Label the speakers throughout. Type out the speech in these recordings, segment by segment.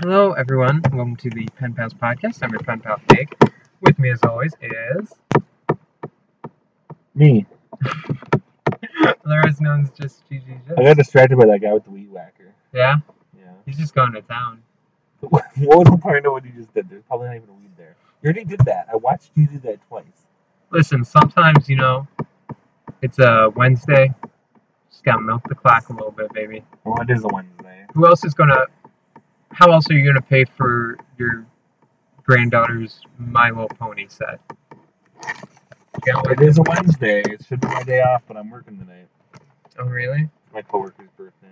Speaker 1: Hello, everyone. Welcome to the Pen Pals Podcast. I'm your pen pal, Fig. With me, as always, is
Speaker 2: Me.
Speaker 1: otherwise known as just
Speaker 2: I
Speaker 1: GG.
Speaker 2: got distracted by that guy with the weed whacker.
Speaker 1: Yeah,
Speaker 2: Yeah.
Speaker 1: he's just going to town.
Speaker 2: what was the point of what you just did? There's probably not even a weed there. You already did that. I watched you do that twice.
Speaker 1: Listen, sometimes you know, it's a Wednesday. Just gotta milk the clock a little bit, baby.
Speaker 2: Well, Oh, it is a Wednesday.
Speaker 1: Who else is gonna? How else are you gonna pay for your granddaughter's My Little Pony set? Yeah,
Speaker 2: It is a Wednesday. It should be my day off, but I'm working tonight.
Speaker 1: Oh, really?
Speaker 2: It's my coworker's birthday.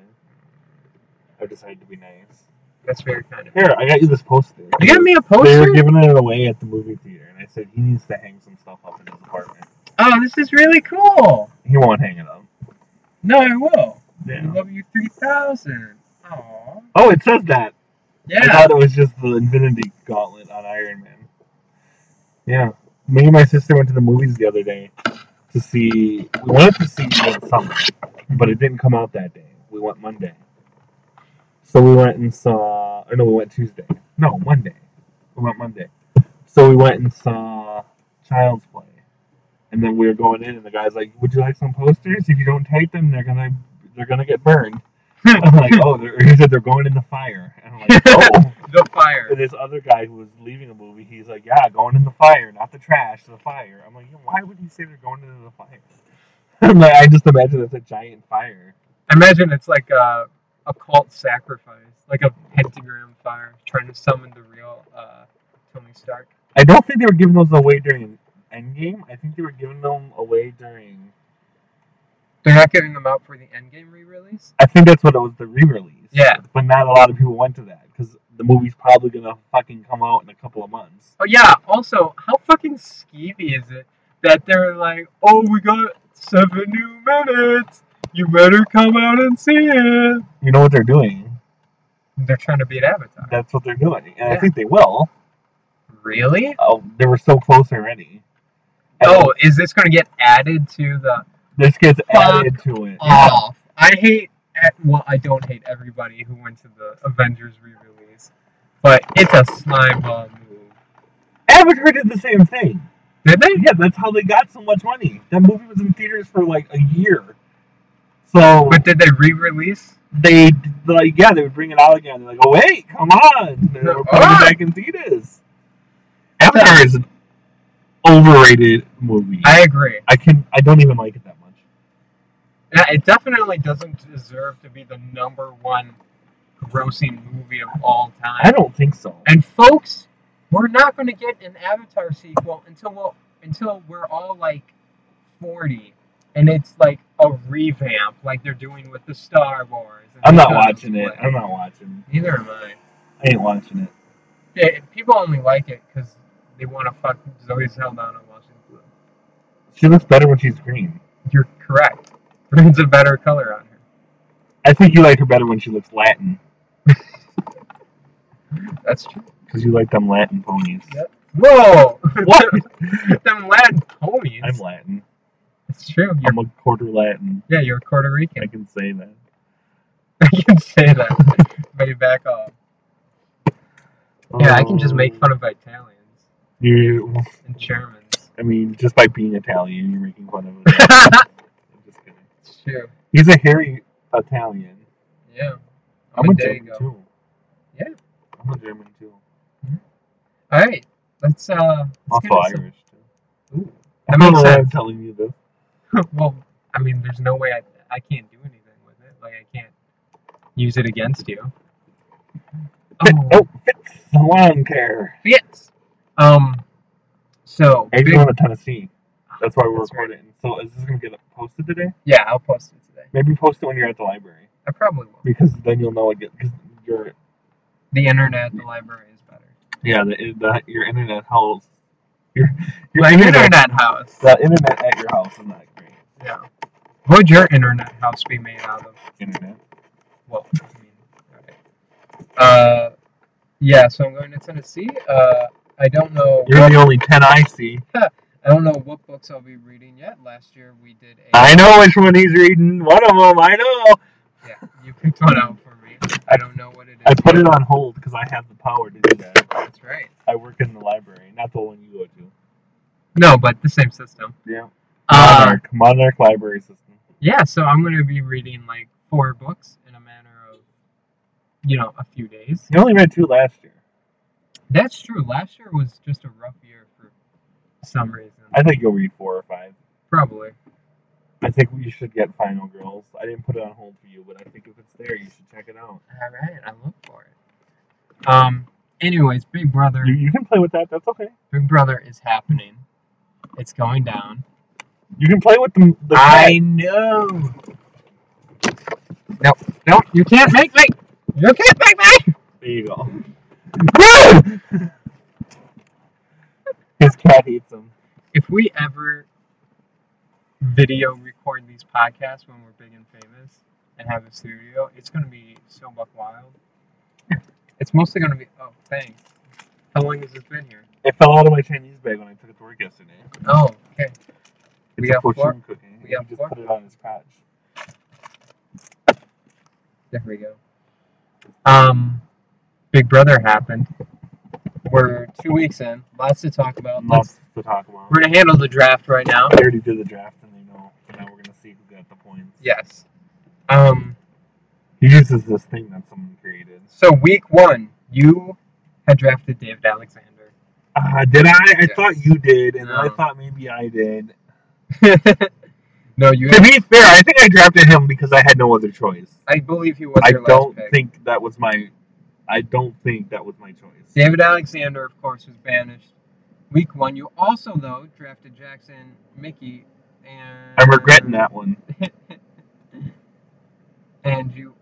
Speaker 2: I've decided to be nice.
Speaker 1: That's very kind of you.
Speaker 2: Here, I got you this poster.
Speaker 1: You got me a
Speaker 2: They
Speaker 1: poster?
Speaker 2: were giving it away at the movie theater, and I said he needs to hang some stuff up in his apartment.
Speaker 1: Oh, this is really cool.
Speaker 2: He won't hang it up.
Speaker 1: No, I will. I
Speaker 2: Yeah.
Speaker 1: love you 3000. Aw.
Speaker 2: Oh, it says that. I
Speaker 1: Yeah.
Speaker 2: thought it was just the Infinity Gauntlet on Iron Man. Yeah. Me and my sister went to the movies the other day to see. We wanted to see Black Summer, but it didn't come out that day. We went Monday. So we went and saw. Or no, we went Tuesday. No, Monday. We went Monday. So we went and saw Child's Play. And then we were going in, and the guy's like, "Would you like some posters? If you don't take them, they're gonna they're gonna get burned." I'm like, "Oh," they're, he said, "They're going in the fire." And I'm like, "Oh."
Speaker 1: the fire.
Speaker 2: And this other guy who was leaving a movie, he's like, "Yeah, going in the fire, not the trash, the fire." I'm like, "Why would you say they're going into the fire?" I'm like, I just imagine it's a giant fire.
Speaker 1: I imagine it's like a occult sacrifice, like a pentagram fire, trying to summon the real uh, Tony Stark.
Speaker 2: I don't think they were giving those away during Endgame. I think they were giving them away during.
Speaker 1: They're not giving them out for the Endgame re-release.
Speaker 2: I think that's what it was, the re-release.
Speaker 1: Yeah.
Speaker 2: But not a lot of people went to that because the movie's probably gonna fucking come out in a couple of months.
Speaker 1: Oh yeah. Also, how fucking skeevy is it that they're like, oh, we got seven new minutes. You better come out and see it.
Speaker 2: You know what they're doing?
Speaker 1: They're trying to beat Avatar.
Speaker 2: That's what they're doing, and
Speaker 1: Yeah.
Speaker 2: I think they will.
Speaker 1: really?
Speaker 2: Oh, they were so close already. And
Speaker 1: Oh, is this going to get added to the
Speaker 2: this gets
Speaker 1: Fuck
Speaker 2: added to it.
Speaker 1: off. I hate. eh, Well, I don't hate everybody who went to the Avengers re-release, but it's a slimeball move.
Speaker 2: Avatar did the same thing.
Speaker 1: Did they?
Speaker 2: Yeah, that's how they got so much money. That movie was in theaters for like a year. So
Speaker 1: But did they re-release?
Speaker 2: they like yeah, they would bring it out again. They're like, oh wait, come on, they were putting it back in theaters. "Ah!" Avatar is an overrated movie. I,
Speaker 1: I agree.
Speaker 2: can I don't even like it that much.
Speaker 1: Yeah, It definitely doesn't deserve to be the number one grossing movie of all
Speaker 2: I
Speaker 1: time.
Speaker 2: don't think so.
Speaker 1: And folks, we're not going to get an Avatar sequel until we'll, until we're all like forty, and it's like a revamp, like they're doing with the Star Wars. and
Speaker 2: I'm
Speaker 1: the
Speaker 2: not
Speaker 1: Star Wars
Speaker 2: watching it.
Speaker 1: play.
Speaker 2: I'm not watching.
Speaker 1: Neither am I.
Speaker 2: I ain't watching it.
Speaker 1: Yeah, people only like it because they want to fuck Zoe Saldana while she's blue.
Speaker 2: She looks better when she's green.
Speaker 1: You're correct. There's a better color on her.
Speaker 2: I think you like her better when she looks Latin
Speaker 1: That's true.
Speaker 2: because you like them Latin ponies.
Speaker 1: Yep. Whoa!
Speaker 2: What?
Speaker 1: Them Latin ponies.
Speaker 2: I'm Latin.
Speaker 1: It's true. You're,
Speaker 2: I'm a quarter Latin.
Speaker 1: yeah, you're Puerto
Speaker 2: I
Speaker 1: Rican.
Speaker 2: can say that.
Speaker 1: I can say that. but you back off. Yeah, I can just make fun of Italians
Speaker 2: you.
Speaker 1: and Germans.
Speaker 2: I mean, just by being Italian, you're making fun of it.
Speaker 1: it's
Speaker 2: I'm just kidding.
Speaker 1: true.
Speaker 2: He's a hairy Italian.
Speaker 1: Yeah.
Speaker 2: I'm a
Speaker 1: Oh, there you
Speaker 2: German
Speaker 1: go.
Speaker 2: too.
Speaker 1: Yeah.
Speaker 2: I'm a German too.
Speaker 1: All right. Let's uh. Let's
Speaker 2: Also
Speaker 1: get into
Speaker 2: Irish too.
Speaker 1: Ooh,
Speaker 2: I
Speaker 1: that
Speaker 2: don't
Speaker 1: makes
Speaker 2: know why I'm
Speaker 1: sense.
Speaker 2: telling you this.
Speaker 1: well, I mean, there's no way I, I can't do anything with it. Like, I can't use it against you.
Speaker 2: Fit-
Speaker 1: Oh,
Speaker 2: Oh, fits the lawn care.
Speaker 1: yes. Um, so,
Speaker 2: Are you
Speaker 1: big-
Speaker 2: going to Tennessee? That's why we're
Speaker 1: That's right.
Speaker 2: recording. So is this gonna get posted today?
Speaker 1: yeah, I'll post it today.
Speaker 2: Maybe post it when you're at the library
Speaker 1: I probably will.
Speaker 2: because then you'll know it. Because your
Speaker 1: The internet, the library is better.
Speaker 2: yeah, the, the your internet house. Your your
Speaker 1: My
Speaker 2: internet
Speaker 1: internet house.
Speaker 2: The internet at your house is not great.
Speaker 1: Yeah. What would your internet house be made out of?
Speaker 2: Internet.
Speaker 1: Well, I mean, okay. Uh, yeah, so I'm going to Tennessee. Uh, I don't know.
Speaker 2: You're the only ten I see.
Speaker 1: I don't know what books I'll be reading yet. Last year we did a.
Speaker 2: I know which one he's reading. One of them, I know.
Speaker 1: Yeah, you picked one out for me. I don't know what it is.
Speaker 2: I put it on hold because I have the power to do that.
Speaker 1: That's right.
Speaker 2: I work in the library, not the one you go to.
Speaker 1: No, but the same system.
Speaker 2: Yeah.
Speaker 1: Uh,
Speaker 2: Monarch, Monarch Library System.
Speaker 1: yeah, so I'm going to be reading like four books in a matter of, you know, a few days.
Speaker 2: You only read two last year.
Speaker 1: That's true. Last year was just a rough year for some reason.
Speaker 2: I think you'll read four or five.
Speaker 1: Probably.
Speaker 2: I think you should get Final Girls. I didn't put it on hold for you, but I think if it's there, you should check it out.
Speaker 1: All right, I look for it. Um. Anyways, Big Brother,
Speaker 2: You, you can play with that. That's okay.
Speaker 1: Big Brother is happening. It's going down.
Speaker 2: You can play with the. the
Speaker 1: know. No, no, you can't make me. You can't make me.
Speaker 2: There you go.
Speaker 1: No!
Speaker 2: His cat eats him.
Speaker 1: If we ever video record these podcasts when we're big and famous and have a studio, it's gonna be so buck wild. It's mostly gonna be. Oh, thanks. How long has this been here?
Speaker 2: It fell out of my Chinese bag when I took it to work yesterday.
Speaker 1: Oh, okay. We
Speaker 2: It's a
Speaker 1: got four-
Speaker 2: fortune cookie.
Speaker 1: we
Speaker 2: He
Speaker 1: got
Speaker 2: just
Speaker 1: four?
Speaker 2: put it on his crotch.
Speaker 1: There we go. Um, Big Brother happened. We're two weeks in. Lots to talk about. Let's,
Speaker 2: Lots to talk about.
Speaker 1: we're gonna handle the draft right now.
Speaker 2: I already did the draft, and they know. But now we're gonna see who got the points.
Speaker 1: Yes. Um.
Speaker 2: He uses this thing that someone created.
Speaker 1: So week one, you had drafted David Alexander.
Speaker 2: Uh, did I? I
Speaker 1: Yes.
Speaker 2: thought you did, and I
Speaker 1: No.
Speaker 2: thought maybe I did.
Speaker 1: no, you.
Speaker 2: To be fair, I think I drafted him because I had no other choice.
Speaker 1: I believe he was
Speaker 2: I
Speaker 1: your last
Speaker 2: don't
Speaker 1: pick.
Speaker 2: think that was my. I don't think that was my choice.
Speaker 1: David Alexander, of course, was banished. Week one, you also though drafted Jackson Mickey, and
Speaker 2: I'm regretting that one.
Speaker 1: and you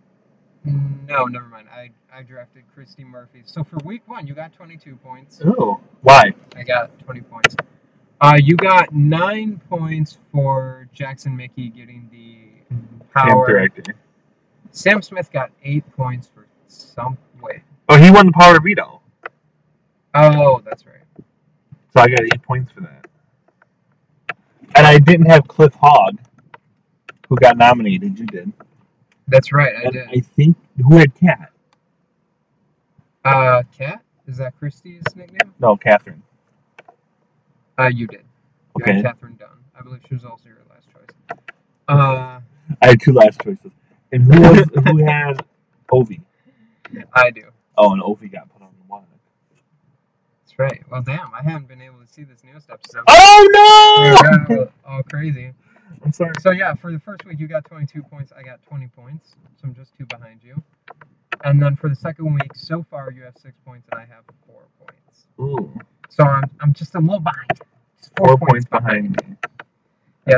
Speaker 1: no never mind i i drafted christy murphy so for week one you got 22 points
Speaker 2: Oh, why?
Speaker 1: i got 20 points uh you got nine points for jackson mickey getting the
Speaker 2: Damn
Speaker 1: power
Speaker 2: director.
Speaker 1: sam smith got eight points for some wait
Speaker 2: Oh, he won the power of veto,
Speaker 1: oh that's right
Speaker 2: so I got eight points for that. And I didn't have Cliff Hogg, who got nominated. You did.
Speaker 1: that's right i
Speaker 2: and
Speaker 1: did
Speaker 2: I think who had Cat?
Speaker 1: uh cat is that christy's nickname
Speaker 2: No, Catherine.
Speaker 1: uh you did you
Speaker 2: Okay.
Speaker 1: had catherine dunn i believe she was also your last choice uh
Speaker 2: I had two last choices. And who was who had Ovi?
Speaker 1: i do
Speaker 2: Oh, and Ovi got put on the one.
Speaker 1: That's right. Well, damn, I haven't been able to see this newest episode. We
Speaker 2: Oh
Speaker 1: got all- all crazy.
Speaker 2: I'm sorry.
Speaker 1: So yeah, for the first week you got 22 points, I got 20 points, so I'm just two behind you. And then for the second week, so far you have six points and I have four points.
Speaker 2: Ooh,
Speaker 1: So I'm, I'm just a little behind. Just
Speaker 2: four points behind me.
Speaker 1: Yeah.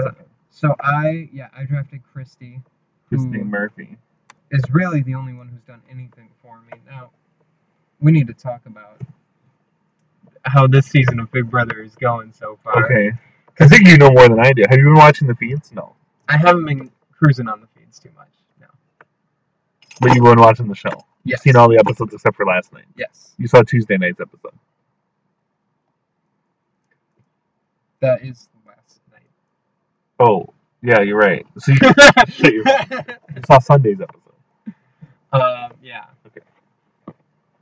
Speaker 1: So I yeah I drafted Christy,
Speaker 2: Christine
Speaker 1: Ooh.
Speaker 2: Murphy.
Speaker 1: is really the only one who's done anything for me. Now we need to talk about how this season of Big Brother is going so far.
Speaker 2: Okay. I think you know more than I do. Have you been watching the feeds? No.
Speaker 1: I haven't been cruising on the feeds too much. No.
Speaker 2: But you've been watching the show. You've
Speaker 1: Yes.
Speaker 2: seen all the episodes except for last night.
Speaker 1: Yes.
Speaker 2: You saw Tuesday night's episode.
Speaker 1: That is last
Speaker 2: Oh, yeah, you're right. So you, shit, you're right.
Speaker 1: night.
Speaker 2: You saw Sunday's episode.
Speaker 1: um, yeah.
Speaker 2: Okay.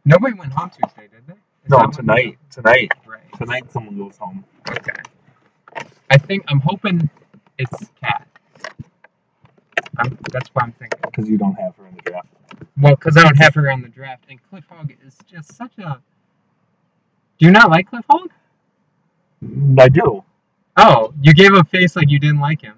Speaker 1: Nobody went home Tuesday, did they? Is that
Speaker 2: No,
Speaker 1: when-
Speaker 2: tonight. Tonight.
Speaker 1: Right.
Speaker 2: Tonight someone goes home.
Speaker 1: Okay. I think I'm hoping it's Kat. I'm, that's what I'm thinking.
Speaker 2: Because you don't have her in the draft.
Speaker 1: Well, because I don't have her on the draft, and Cliff Hogg is just such a. Do you not like Cliff Hogg?
Speaker 2: Mm, I do. Do
Speaker 1: Oh, you gave a face like you didn't like him.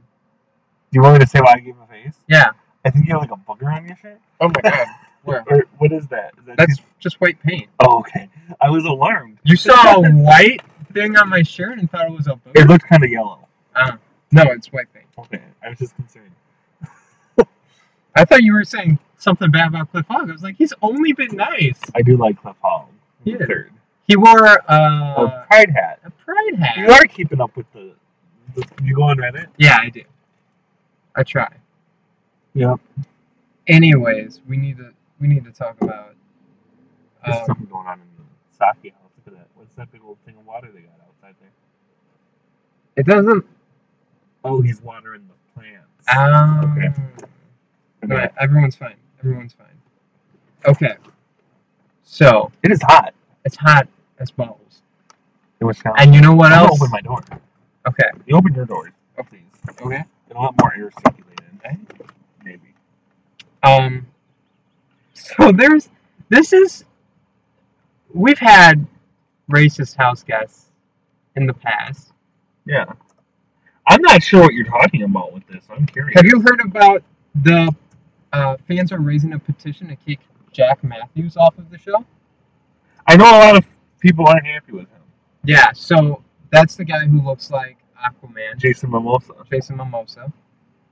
Speaker 2: you want me to say why I gave a face?
Speaker 1: Yeah.
Speaker 2: I think you have like a booger on your shirt.
Speaker 1: Oh my god. Where?
Speaker 2: Or what is that? Is that
Speaker 1: That's just white paint.
Speaker 2: oh, okay. I was alarmed.
Speaker 1: You saw a white thing on my shirt and thought it was a
Speaker 2: It
Speaker 1: booger?
Speaker 2: looked kind of yellow.
Speaker 1: Uh, no, it's white paint.
Speaker 2: Okay, I was just concerned.
Speaker 1: I thought you were saying something bad about Cliff Hogg. I was like, he's only been nice.
Speaker 2: I do like Cliff Hall.
Speaker 1: Yeah.
Speaker 2: Third.
Speaker 1: He wore
Speaker 2: Or
Speaker 1: uh,
Speaker 2: Pride Hat.
Speaker 1: a pride
Speaker 2: You
Speaker 1: hat.
Speaker 2: are keeping up with the. the you go on Reddit?
Speaker 1: Yeah, I do. I try.
Speaker 2: Yeah.
Speaker 1: Anyways, we need to we need to talk about.
Speaker 2: There's
Speaker 1: Um,
Speaker 2: something going on in the sake house. Look at that. What's that big old thing of water they got outside there?
Speaker 1: it doesn't.
Speaker 2: Oh, he's watering the plants.
Speaker 1: Um,
Speaker 2: Okay.
Speaker 1: But everyone's fine. Everyone's fine. Okay. So
Speaker 2: It is hot
Speaker 1: it's hot as balls.
Speaker 2: in Wisconsin.
Speaker 1: And you know what
Speaker 2: I'm gonna
Speaker 1: else?
Speaker 2: open my door.
Speaker 1: Okay.
Speaker 2: You open your door,
Speaker 1: Oh.
Speaker 2: please.
Speaker 1: Okay.
Speaker 2: And I'll let more air circulate in. Eh? Maybe.
Speaker 1: Um. So there's this is we've had racist house guests in the past.
Speaker 2: Yeah. I'm not sure what you're talking about with this. I'm curious.
Speaker 1: Have you heard about the uh, fans are raising a petition to kick Jack Matthews off of the show?
Speaker 2: I know a lot of people aren't happy with him.
Speaker 1: Yeah, so that's the guy who looks like Aquaman,
Speaker 2: Jason Mimosa.
Speaker 1: Jason Mimosa.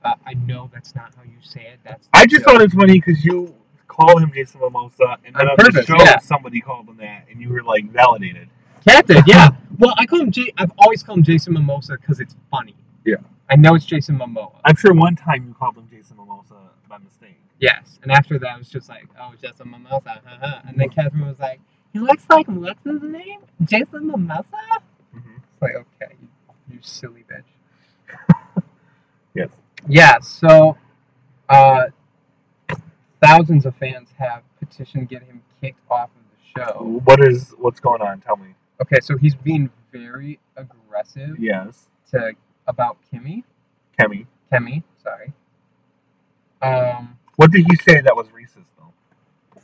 Speaker 1: Uh, I know that's not how you say it. That's
Speaker 2: I just
Speaker 1: thought
Speaker 2: thought it's funny because you called him Jason Mimosa, and then
Speaker 1: On
Speaker 2: on,
Speaker 1: purpose,
Speaker 2: the show
Speaker 1: yeah.
Speaker 2: somebody called him that, and you were like validated.
Speaker 1: Captain, yeah. Well, I call him J. I've always called him Jason Mimosa because it's funny.
Speaker 2: Yeah.
Speaker 1: I know it's Jason Momoa.
Speaker 2: I'm sure one time you called him Jason Mimosa by mistake.
Speaker 1: Yes. And after that, I was just like, oh, Jason Mimosa, huh, huh. And then Catherine was like, he looks like what's his name? Jason Mimosa.
Speaker 2: Mm-hmm.
Speaker 1: It's like, okay, you, you silly bitch.
Speaker 2: Yes.
Speaker 1: Yeah, so uh, thousands of fans have petitioned to get him kicked off of the show.
Speaker 2: What is what's going on? Tell me.
Speaker 1: Okay, so he's being very aggressive
Speaker 2: Yes,
Speaker 1: to about Kimmy.
Speaker 2: Kemi.
Speaker 1: Kemi, sorry. Um,
Speaker 2: What did he say that was racist though?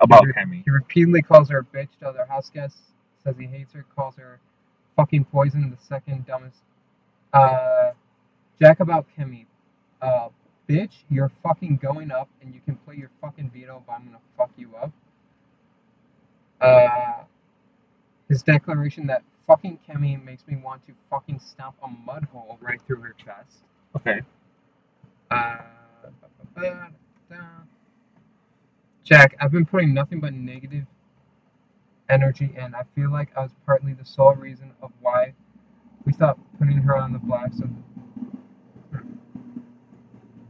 Speaker 2: About Kemi.
Speaker 1: he repeatedly calls her a bitch to other house guests, says he hates her, calls her fucking poison, the second dumbest. Uh, Jack about Kimmy. Uh, bitch, you're fucking going up and you can play your fucking veto, but I'm gonna fuck you up. Uh, his declaration that fucking Kimmy makes me want to fucking stomp a mud hole right through her chest.
Speaker 2: Okay.
Speaker 1: Uh, Jack, I've been putting nothing but negative energy in. I feel like I was partly the sole reason of why we thought putting her on the block. So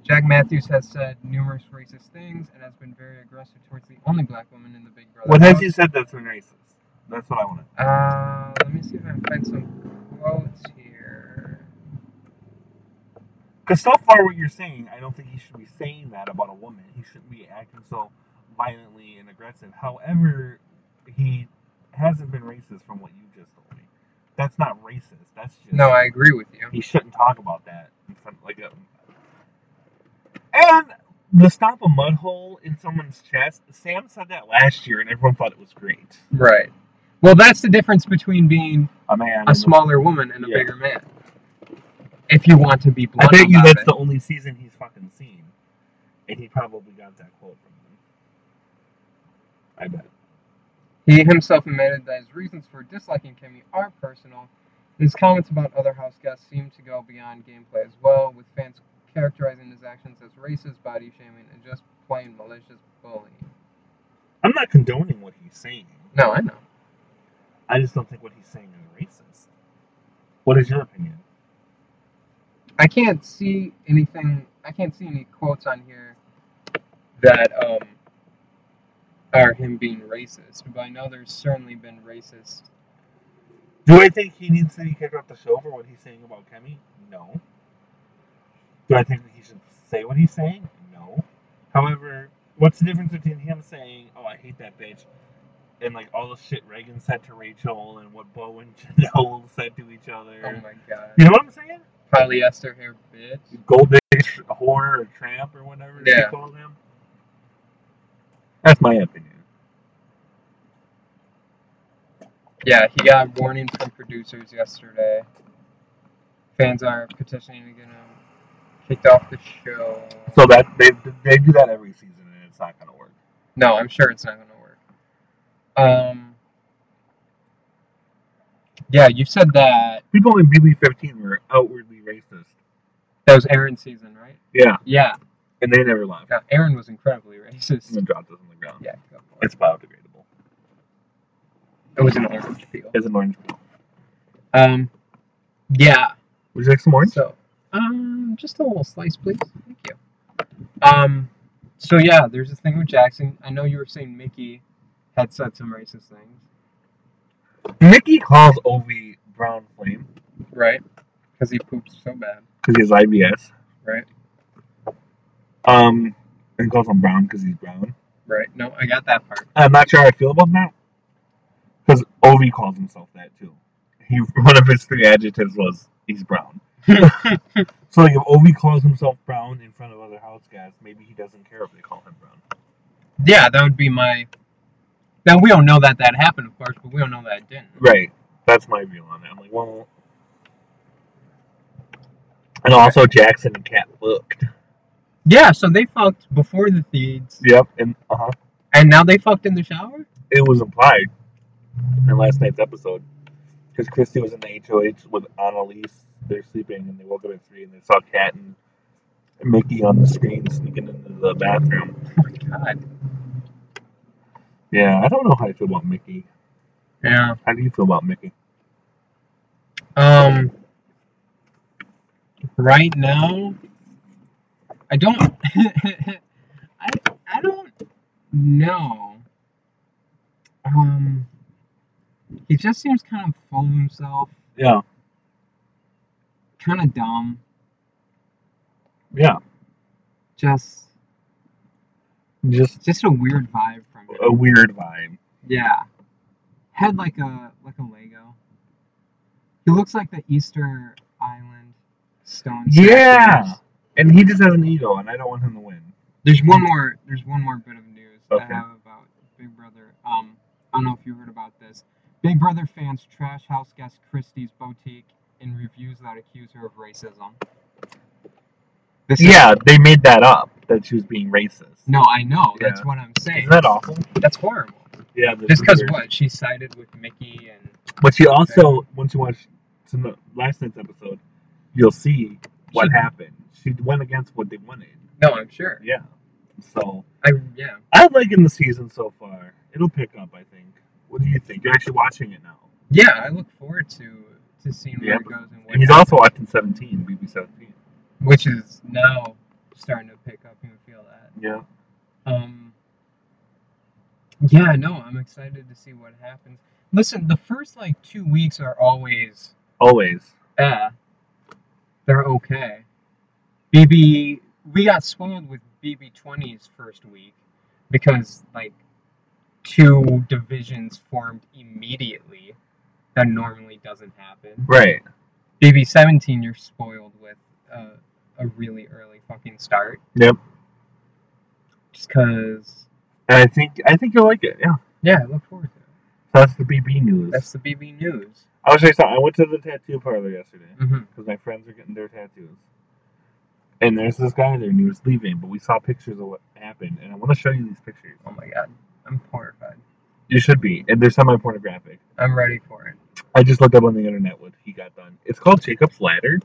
Speaker 1: Jack Matthews has said numerous racist things and has been very aggressive towards the only black woman in the Big Brother.
Speaker 2: What has
Speaker 1: house.
Speaker 2: he said that's been racist? That's what I want to.
Speaker 1: Uh, let me see if I can find some quotes here.
Speaker 2: Because so far, what you're saying, I don't think he should be saying that about a woman. He shouldn't be acting so violently and aggressive. However, he hasn't been racist from what you just told me. That's not racist. That's just
Speaker 1: No, I agree with you.
Speaker 2: he shouldn't talk about that. in front- Like, a, and the stop a mud hole in someone's chest. Sam said that last year, and everyone thought it was great.
Speaker 1: Right. Well, that's the difference between being
Speaker 2: A man,
Speaker 1: a smaller woman and a
Speaker 2: Yeah.
Speaker 1: bigger man. If you want to be
Speaker 2: I
Speaker 1: blunt
Speaker 2: bet you
Speaker 1: about
Speaker 2: that's
Speaker 1: it.
Speaker 2: the only season he's fucking seen, and he probably got that quote from them. I bet.
Speaker 1: He himself admitted that his reasons for disliking Kimmy are personal. His comments about other house guests seem to go beyond gameplay as well, with fans characterizing his actions as racist, body shaming, and just plain malicious bullying.
Speaker 2: I'm not condoning what he's saying.
Speaker 1: No, I know.
Speaker 2: I just don't think what he's saying is racist. What is your opinion?
Speaker 1: I can't see anything. I can't see any quotes on here that um, are him being racist. But I know there's certainly been racist.
Speaker 2: Do I think he needs to be kicked off the show for what he's saying about Kemi? No. Do I think that he should say what he's saying? No. However, what's the difference between him saying, "Oh, I hate that bitch," and like all the shit Reagan said to Rachel and what Bo and Janelle said to each other?
Speaker 1: Oh my god.
Speaker 2: You know what I'm saying?
Speaker 1: Polyester hair, bitch.
Speaker 2: Gold dish, whore, or tramp, or whatever they
Speaker 1: Yeah.
Speaker 2: called him. That's my opinion.
Speaker 1: Yeah, he got warnings from producers yesterday. Fans are petitioning to get him kicked off the show.
Speaker 2: So that they they do that every season, and it's not gonna work.
Speaker 1: no, I'm sure it's not going to work. Um. Yeah, you said that
Speaker 2: People in BB15 were outwardly racist.
Speaker 1: that was Aaron's season, right?
Speaker 2: Yeah,
Speaker 1: Yeah.
Speaker 2: and they never left.
Speaker 1: God, Aaron was incredibly racist.
Speaker 2: And then dropped us on the ground.
Speaker 1: Yeah, go for it.
Speaker 2: It's biodegradable.
Speaker 1: It was an orange peel.
Speaker 2: It's an orange peel.
Speaker 1: Um. Yeah.
Speaker 2: Would you like some orange?
Speaker 1: So, um, just a little slice, please. Thank you. Um, so yeah, there's this thing with Jackson. I know you were saying Mickey had said some racist things,
Speaker 2: Mickey calls Ovi brown flame
Speaker 1: right? Because he poops so bad,
Speaker 2: because he has IBS.
Speaker 1: right?
Speaker 2: Um, and calls him brown because he's brown.
Speaker 1: Right. No, I got that part.
Speaker 2: I'm not sure how I feel about that. Because Ovi calls himself that too. He one of his three adjectives was he's brown. so like if Ovi calls himself brown in front of other house guys, maybe he doesn't care if they call him brown.
Speaker 1: Yeah, that would be my. Now we don't know that that happened, of course, but we don't know that it didn't.
Speaker 2: Right. That's my view on it. I'm like, well And also Jackson and Cat looked.
Speaker 1: Yeah, so they fucked before the thieves,
Speaker 2: Yep, and uh huh.
Speaker 1: and now they fucked in the shower.
Speaker 2: It was implied in last night's episode. Because Christy was in the HOH with Annalise. They're sleeping and they woke up at three and they saw Cat and Mickey on the screen sneaking into the bathroom.
Speaker 1: Oh God.
Speaker 2: Yeah, I don't know how I feel about Mickey.
Speaker 1: Yeah.
Speaker 2: How do you feel about Mickey?
Speaker 1: Um. Right now, I don't. I I don't know. Um. He just seems kind of full of himself,
Speaker 2: Yeah,
Speaker 1: kind of dumb.
Speaker 2: yeah.
Speaker 1: Just
Speaker 2: Just
Speaker 1: just a weird vibe from him.
Speaker 2: a weird vibe.
Speaker 1: Yeah. Had like a like a Lego. He looks like the Easter Island stone. statues.
Speaker 2: Yeah! And he just has an ego, and I don't want him to win.
Speaker 1: There's one more. There's one more bit of news
Speaker 2: Okay.
Speaker 1: I have about Big Brother. Um, I don't know if you heard about this. Big Brother fans trash house guest Christie's boutique in reviews that accuse her of racism. This is-
Speaker 2: Yeah, they made that up that she was being racist.
Speaker 1: no, I know. That's
Speaker 2: Yeah.
Speaker 1: what I'm saying.
Speaker 2: Isn't that awful?
Speaker 1: That's horrible.
Speaker 2: Yeah,
Speaker 1: Just because what she sided with Mickey and
Speaker 2: But she also, once you watch some of the last night's episode, you'll see what
Speaker 1: She-
Speaker 2: happened. She went against what they wanted.
Speaker 1: no, I'm sure.
Speaker 2: Yeah. So
Speaker 1: I yeah.
Speaker 2: I'm liking the season so far. It'll pick up, I think. What do you think? You're actually watching it now.
Speaker 1: Yeah, I look forward to to seeing where
Speaker 2: Yeah,
Speaker 1: it goes and what,
Speaker 2: And he's also watching 17, BB 17.
Speaker 1: which is now starting to pick up. You can feel that.
Speaker 2: Yeah.
Speaker 1: Um, yeah, no, I'm excited to see what happens. Listen, the first like two weeks are always
Speaker 2: Always.
Speaker 1: eh, they're okay. BB, we got spoiled with BB20's first week because like two divisions formed immediately. That normally doesn't happen.
Speaker 2: Right.
Speaker 1: BB seventeen, you're spoiled with a, a really early fucking start.
Speaker 2: Yep.
Speaker 1: Just cause,
Speaker 2: And I think I think you'll like it. Yeah.
Speaker 1: yeah, I look forward to it.
Speaker 2: That's the BB news.
Speaker 1: That's the BB news.
Speaker 2: I was just I went to the tattoo parlor yesterday
Speaker 1: Mm-hmm.
Speaker 2: because my friends are getting their tattoos. And there's this guy there, and he was leaving, but we saw pictures of what happened, and I want to show you these pictures.
Speaker 1: Oh my god, I'm horrified.
Speaker 2: You should be, and they're semi-pornographic.
Speaker 1: I'm ready for it.
Speaker 2: I just looked up on the internet what he got done. It's called Jacob's Ladder.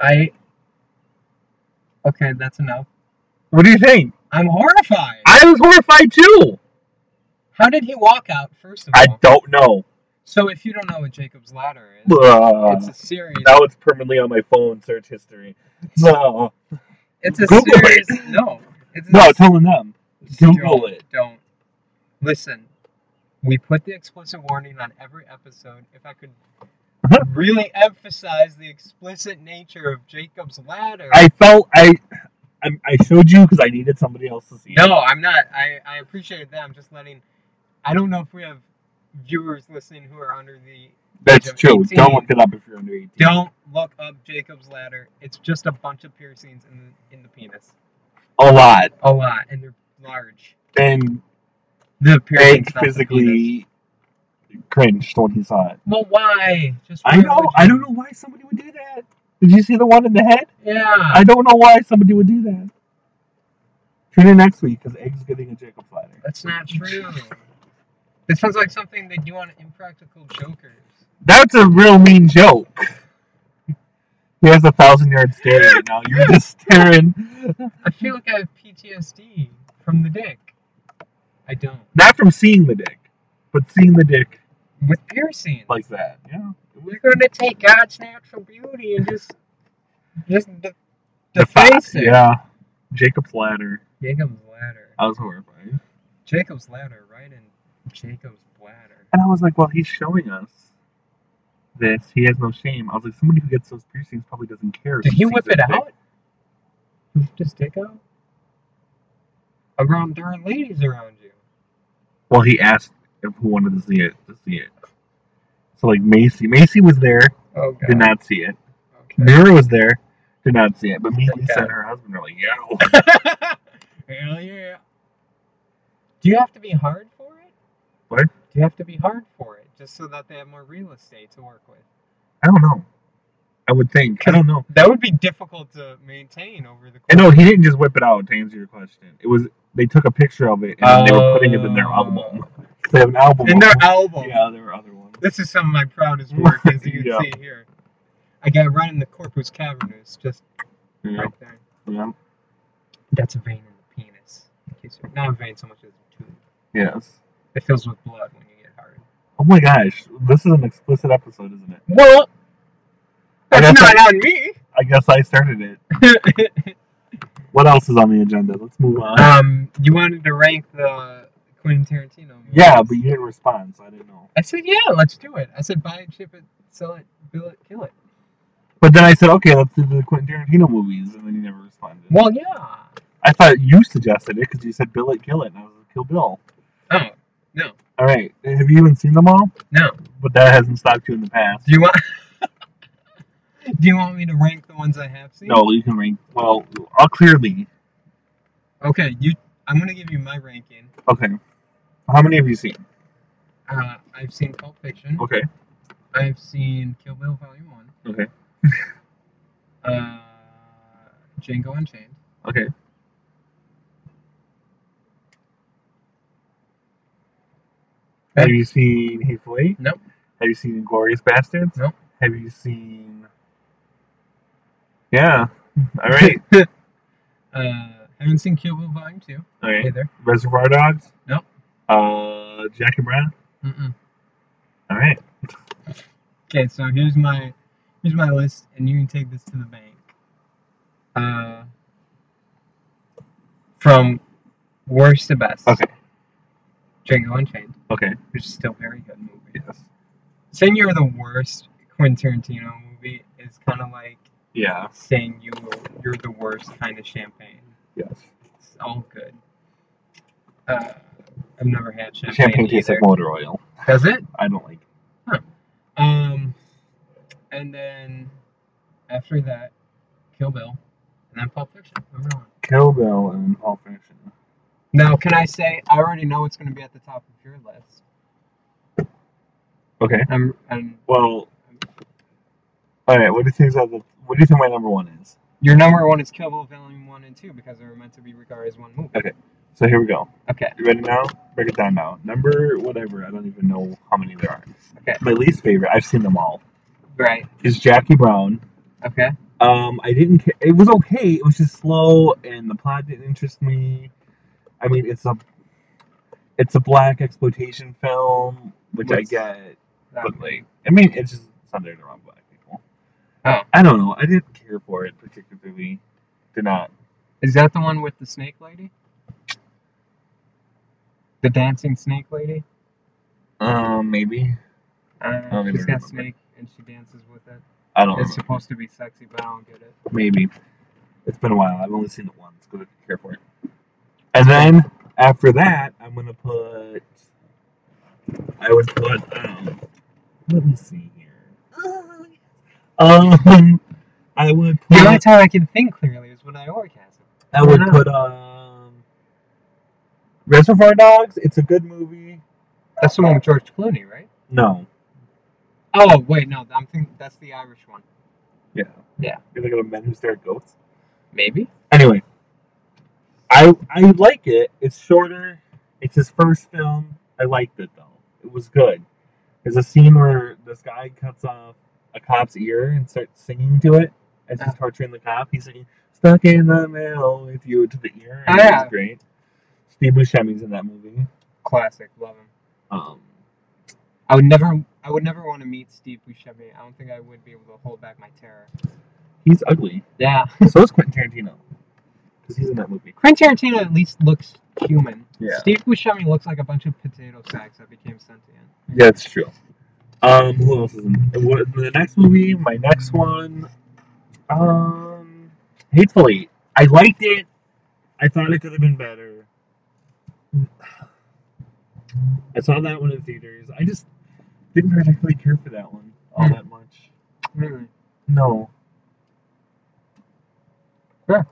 Speaker 1: I. Okay, that's enough.
Speaker 2: What do you think?
Speaker 1: I'm horrified.
Speaker 2: I was horrified too.
Speaker 1: How did he walk out? First of all,
Speaker 2: I don't know.
Speaker 1: so if you don't know what Jacob's Ladder is,
Speaker 2: Blah.
Speaker 1: it's a series.
Speaker 2: Now it's permanently on my phone search history. Blah.
Speaker 1: It's a
Speaker 2: Google
Speaker 1: series.
Speaker 2: it.
Speaker 1: No, it's a
Speaker 2: No, telling them. Google
Speaker 1: don't,
Speaker 2: it.
Speaker 1: Don't. Listen, we put the explicit warning on every episode. If I could
Speaker 2: Mm-hmm.
Speaker 1: really emphasize the explicit nature of Jacob's Ladder.
Speaker 2: I felt I, I, I showed you because I needed somebody else to see. it.
Speaker 1: no, I'm not. I, I appreciate that. I'm just letting. I don't know if we have viewers listening who are under the.
Speaker 2: that's
Speaker 1: age of
Speaker 2: true.
Speaker 1: 18.
Speaker 2: Don't look it up if you're under 18
Speaker 1: Don't look up Jacob's Ladder. It's just a bunch of piercings in the, in the penis.
Speaker 2: A lot,
Speaker 1: A lot, and they're large.
Speaker 2: and
Speaker 1: The
Speaker 2: Greg
Speaker 1: piercings, not the penis.
Speaker 2: physically cringed when he saw it.
Speaker 1: Well, why? Just
Speaker 2: I
Speaker 1: why
Speaker 2: know.
Speaker 1: would
Speaker 2: I
Speaker 1: you-
Speaker 2: don't know why somebody would do that. Did you see the one in the head?
Speaker 1: Yeah.
Speaker 2: I don't know why somebody would do that. Tune in next week because Egg's getting a Jacob ladder.
Speaker 1: That's not true. It sounds like something they do on Impractical Jokers.
Speaker 2: That's a real mean joke. He has a thousand yard stare right now. You're just staring.
Speaker 1: I feel like I have PTSD from the dick. I don't.
Speaker 2: Not from seeing the dick, but seeing the dick
Speaker 1: With piercings.
Speaker 2: like that. Yeah.
Speaker 1: we're gonna take God's natural beauty and just just de- deface it.
Speaker 2: Yeah. Jacob's ladder.
Speaker 1: Jacob's ladder.
Speaker 2: I was horrified.
Speaker 1: Jacob's ladder, right in Jacob's bladder.
Speaker 2: And I was like, well, he's showing us this. He has no shame. I was like, somebody who gets those piercings probably doesn't care. if
Speaker 1: Did he
Speaker 2: sees
Speaker 1: whip
Speaker 2: his
Speaker 1: it
Speaker 2: dick.
Speaker 1: out? Just dick out? around there are ladies around you.
Speaker 2: Well, he asked if who wanted to see it to see it. So like Macy, Macy was there,
Speaker 1: Oh god.
Speaker 2: did not see it.
Speaker 1: Okay.
Speaker 2: Mira was there, did not see it. But me,
Speaker 1: Thank
Speaker 2: Lisa,
Speaker 1: God.
Speaker 2: and her husband were like, "Yo,
Speaker 1: Hell yeah. Do you have to be hard for it?
Speaker 2: What?
Speaker 1: Do you have to be hard for it just so that they have more real estate to work with?
Speaker 2: I don't know. I would think. I don't know."
Speaker 1: That would be difficult to maintain over the
Speaker 2: And no, he didn't just whip it out. To answer your question, it was they took a picture of it and they were putting it in their album. They have an album.
Speaker 1: Oh. In their album.
Speaker 2: Yeah, there were other ones.
Speaker 1: This is some of my proudest work, as you can
Speaker 2: Yeah.
Speaker 1: see here. I got it right in the corpus cavernous, just
Speaker 2: Yeah,
Speaker 1: right there.
Speaker 2: yeah.
Speaker 1: That's a vein in the penis. In case you're- Not a vein so much as a tube.
Speaker 2: Yes.
Speaker 1: It fills with blood when you get hard.
Speaker 2: Oh my gosh, this is an explicit episode, isn't it?
Speaker 1: Well,
Speaker 2: I
Speaker 1: that's
Speaker 2: guess
Speaker 1: not on me.
Speaker 2: I guess I started it. What else is on the agenda? Let's move on.
Speaker 1: um, you wanted to rank the Quentin Tarantino. Movies.
Speaker 2: yeah, but you didn't respond, so I didn't know.
Speaker 1: I said yeah, let's do it. I said buy it, ship it, sell it, bill it, kill it.
Speaker 2: But then I said, okay, let's do the Quentin Tarantino movies, and then you never responded.
Speaker 1: Well, yeah.
Speaker 2: I thought you suggested it because you said Bill it, kill it, and I was like, kill Bill.
Speaker 1: Oh no,
Speaker 2: All right, have you even seen them all?
Speaker 1: no.
Speaker 2: But that hasn't stopped you in the past.
Speaker 1: Do you want? do you want me to rank the ones I have seen?
Speaker 2: No, you can rank. Well, I'll clearly.
Speaker 1: Okay, you. I'm gonna give you my ranking.
Speaker 2: Okay. How many have you seen?
Speaker 1: Uh, I've seen Pulp Fiction.
Speaker 2: Okay.
Speaker 1: I've seen Kill Bill Volume One.
Speaker 2: Okay.
Speaker 1: Uh, Django Unchained.
Speaker 2: Okay. Have you seen Hateful Eight?
Speaker 1: Nope.
Speaker 2: Have you seen Glorious Bastards?
Speaker 1: Nope.
Speaker 2: Have you seen? Yeah. All right.
Speaker 1: Uh, haven't seen Kill Bill Volume Two
Speaker 2: All right.
Speaker 1: either.
Speaker 2: Reservoir Dogs.
Speaker 1: Nope.
Speaker 2: Uh, Jack and Brown.
Speaker 1: Mm-mm.
Speaker 2: All right.
Speaker 1: Okay, so here's my here's my list, and you can take this to the bank. Uh, from worst to best.
Speaker 2: Okay.
Speaker 1: Django Unchained,
Speaker 2: Okay.
Speaker 1: which is still a very good movie.
Speaker 2: Yes.
Speaker 1: Saying you're the worst Quentin Tarantino movie is kind of like
Speaker 2: Yeah.
Speaker 1: saying you you're the worst kind of champagne.
Speaker 2: Yes.
Speaker 1: It's all good. Uh, I've never had champagne.
Speaker 2: Champagne tastes like
Speaker 1: either.
Speaker 2: motor oil.
Speaker 1: Does it?
Speaker 2: I don't like.
Speaker 1: Um, and then after that, Kill Bill, and then Pulp Fiction. Number one.
Speaker 2: Kill Bill and Pulp Fiction.
Speaker 1: Now, can I say I already know what's going to be at the top of your list?
Speaker 2: Okay.
Speaker 1: I'm, I'm,
Speaker 2: Well. All right. What do you think? is that- What do you think my number one is?
Speaker 1: your number one is Kill Bill Volume One and Two because they were meant to be regarded as one movie.
Speaker 2: So here we go.
Speaker 1: Okay.
Speaker 2: You ready now? Break it down now. Number whatever. I don't even know how many there are.
Speaker 1: Okay.
Speaker 2: My least favorite. I've seen them all.
Speaker 1: Right.
Speaker 2: Is Jackie Brown.
Speaker 1: Okay.
Speaker 2: Um, I didn't. Ca- it was okay. It was just slow, and the plot didn't interest me. I mean, it's a, it's a black exploitation film, which I
Speaker 1: What's-
Speaker 2: get,
Speaker 1: That-
Speaker 2: but like, I mean, it's just centered around black people.
Speaker 1: Oh.
Speaker 2: I don't know. I didn't care for it particularly. Did not.
Speaker 1: is that the one with the snake lady? The dancing snake lady.
Speaker 2: Um, maybe
Speaker 1: Uh,
Speaker 2: don't even
Speaker 1: she's got
Speaker 2: remember.
Speaker 1: snake and she dances with it.
Speaker 2: I don't.
Speaker 1: It's
Speaker 2: know.
Speaker 1: supposed to be sexy, but I don't get it.
Speaker 2: Maybe. It's been a while. I've only seen it once. Go to care for it. And then after that, I'm gonna put. I would put. Um, let me see here. Um, I would
Speaker 1: The
Speaker 2: put.
Speaker 1: only time I can think clearly is when I orgasm.
Speaker 2: I would put. Um, Reservoir Dogs. It's a good movie.
Speaker 1: That's the one with George Clooney, right?
Speaker 2: No.
Speaker 1: Oh wait, no, I'm thinking that's the Irish one.
Speaker 2: Yeah.
Speaker 1: Yeah.
Speaker 2: You're looking at men who stare at goats.
Speaker 1: Maybe.
Speaker 2: anyway, I I like it. It's shorter. It's his first film. I liked it though. It was good. There's a scene where this guy cuts off a cop's ear and starts singing to it as he's
Speaker 1: Yeah.
Speaker 2: torturing the cop. He's singing "Stuck in the Middle" with you to the ear. And
Speaker 1: Yeah.
Speaker 2: It's great. Steve Buscemi's in that movie.
Speaker 1: Classic, love him.
Speaker 2: Um,
Speaker 1: I would never, I would never want to meet Steve Buscemi. I don't think I would be able to hold back my terror.
Speaker 2: he's ugly.
Speaker 1: Yeah,
Speaker 2: so is Quentin Tarantino. Because he's in that movie.
Speaker 1: Quentin Tarantino at least looks human.
Speaker 2: Yeah.
Speaker 1: Steve Buscemi looks like a bunch of potato sacks that became sentient.
Speaker 2: Yeah, it's true. Um, who else is in what, the next movie? My next one, um, Hateful Eight. I liked it. I thought it could have been better. I saw that one in theaters. I just didn't particularly care for that one all
Speaker 1: Hmm.
Speaker 2: that much.
Speaker 1: Really?
Speaker 2: No.
Speaker 1: Yeah.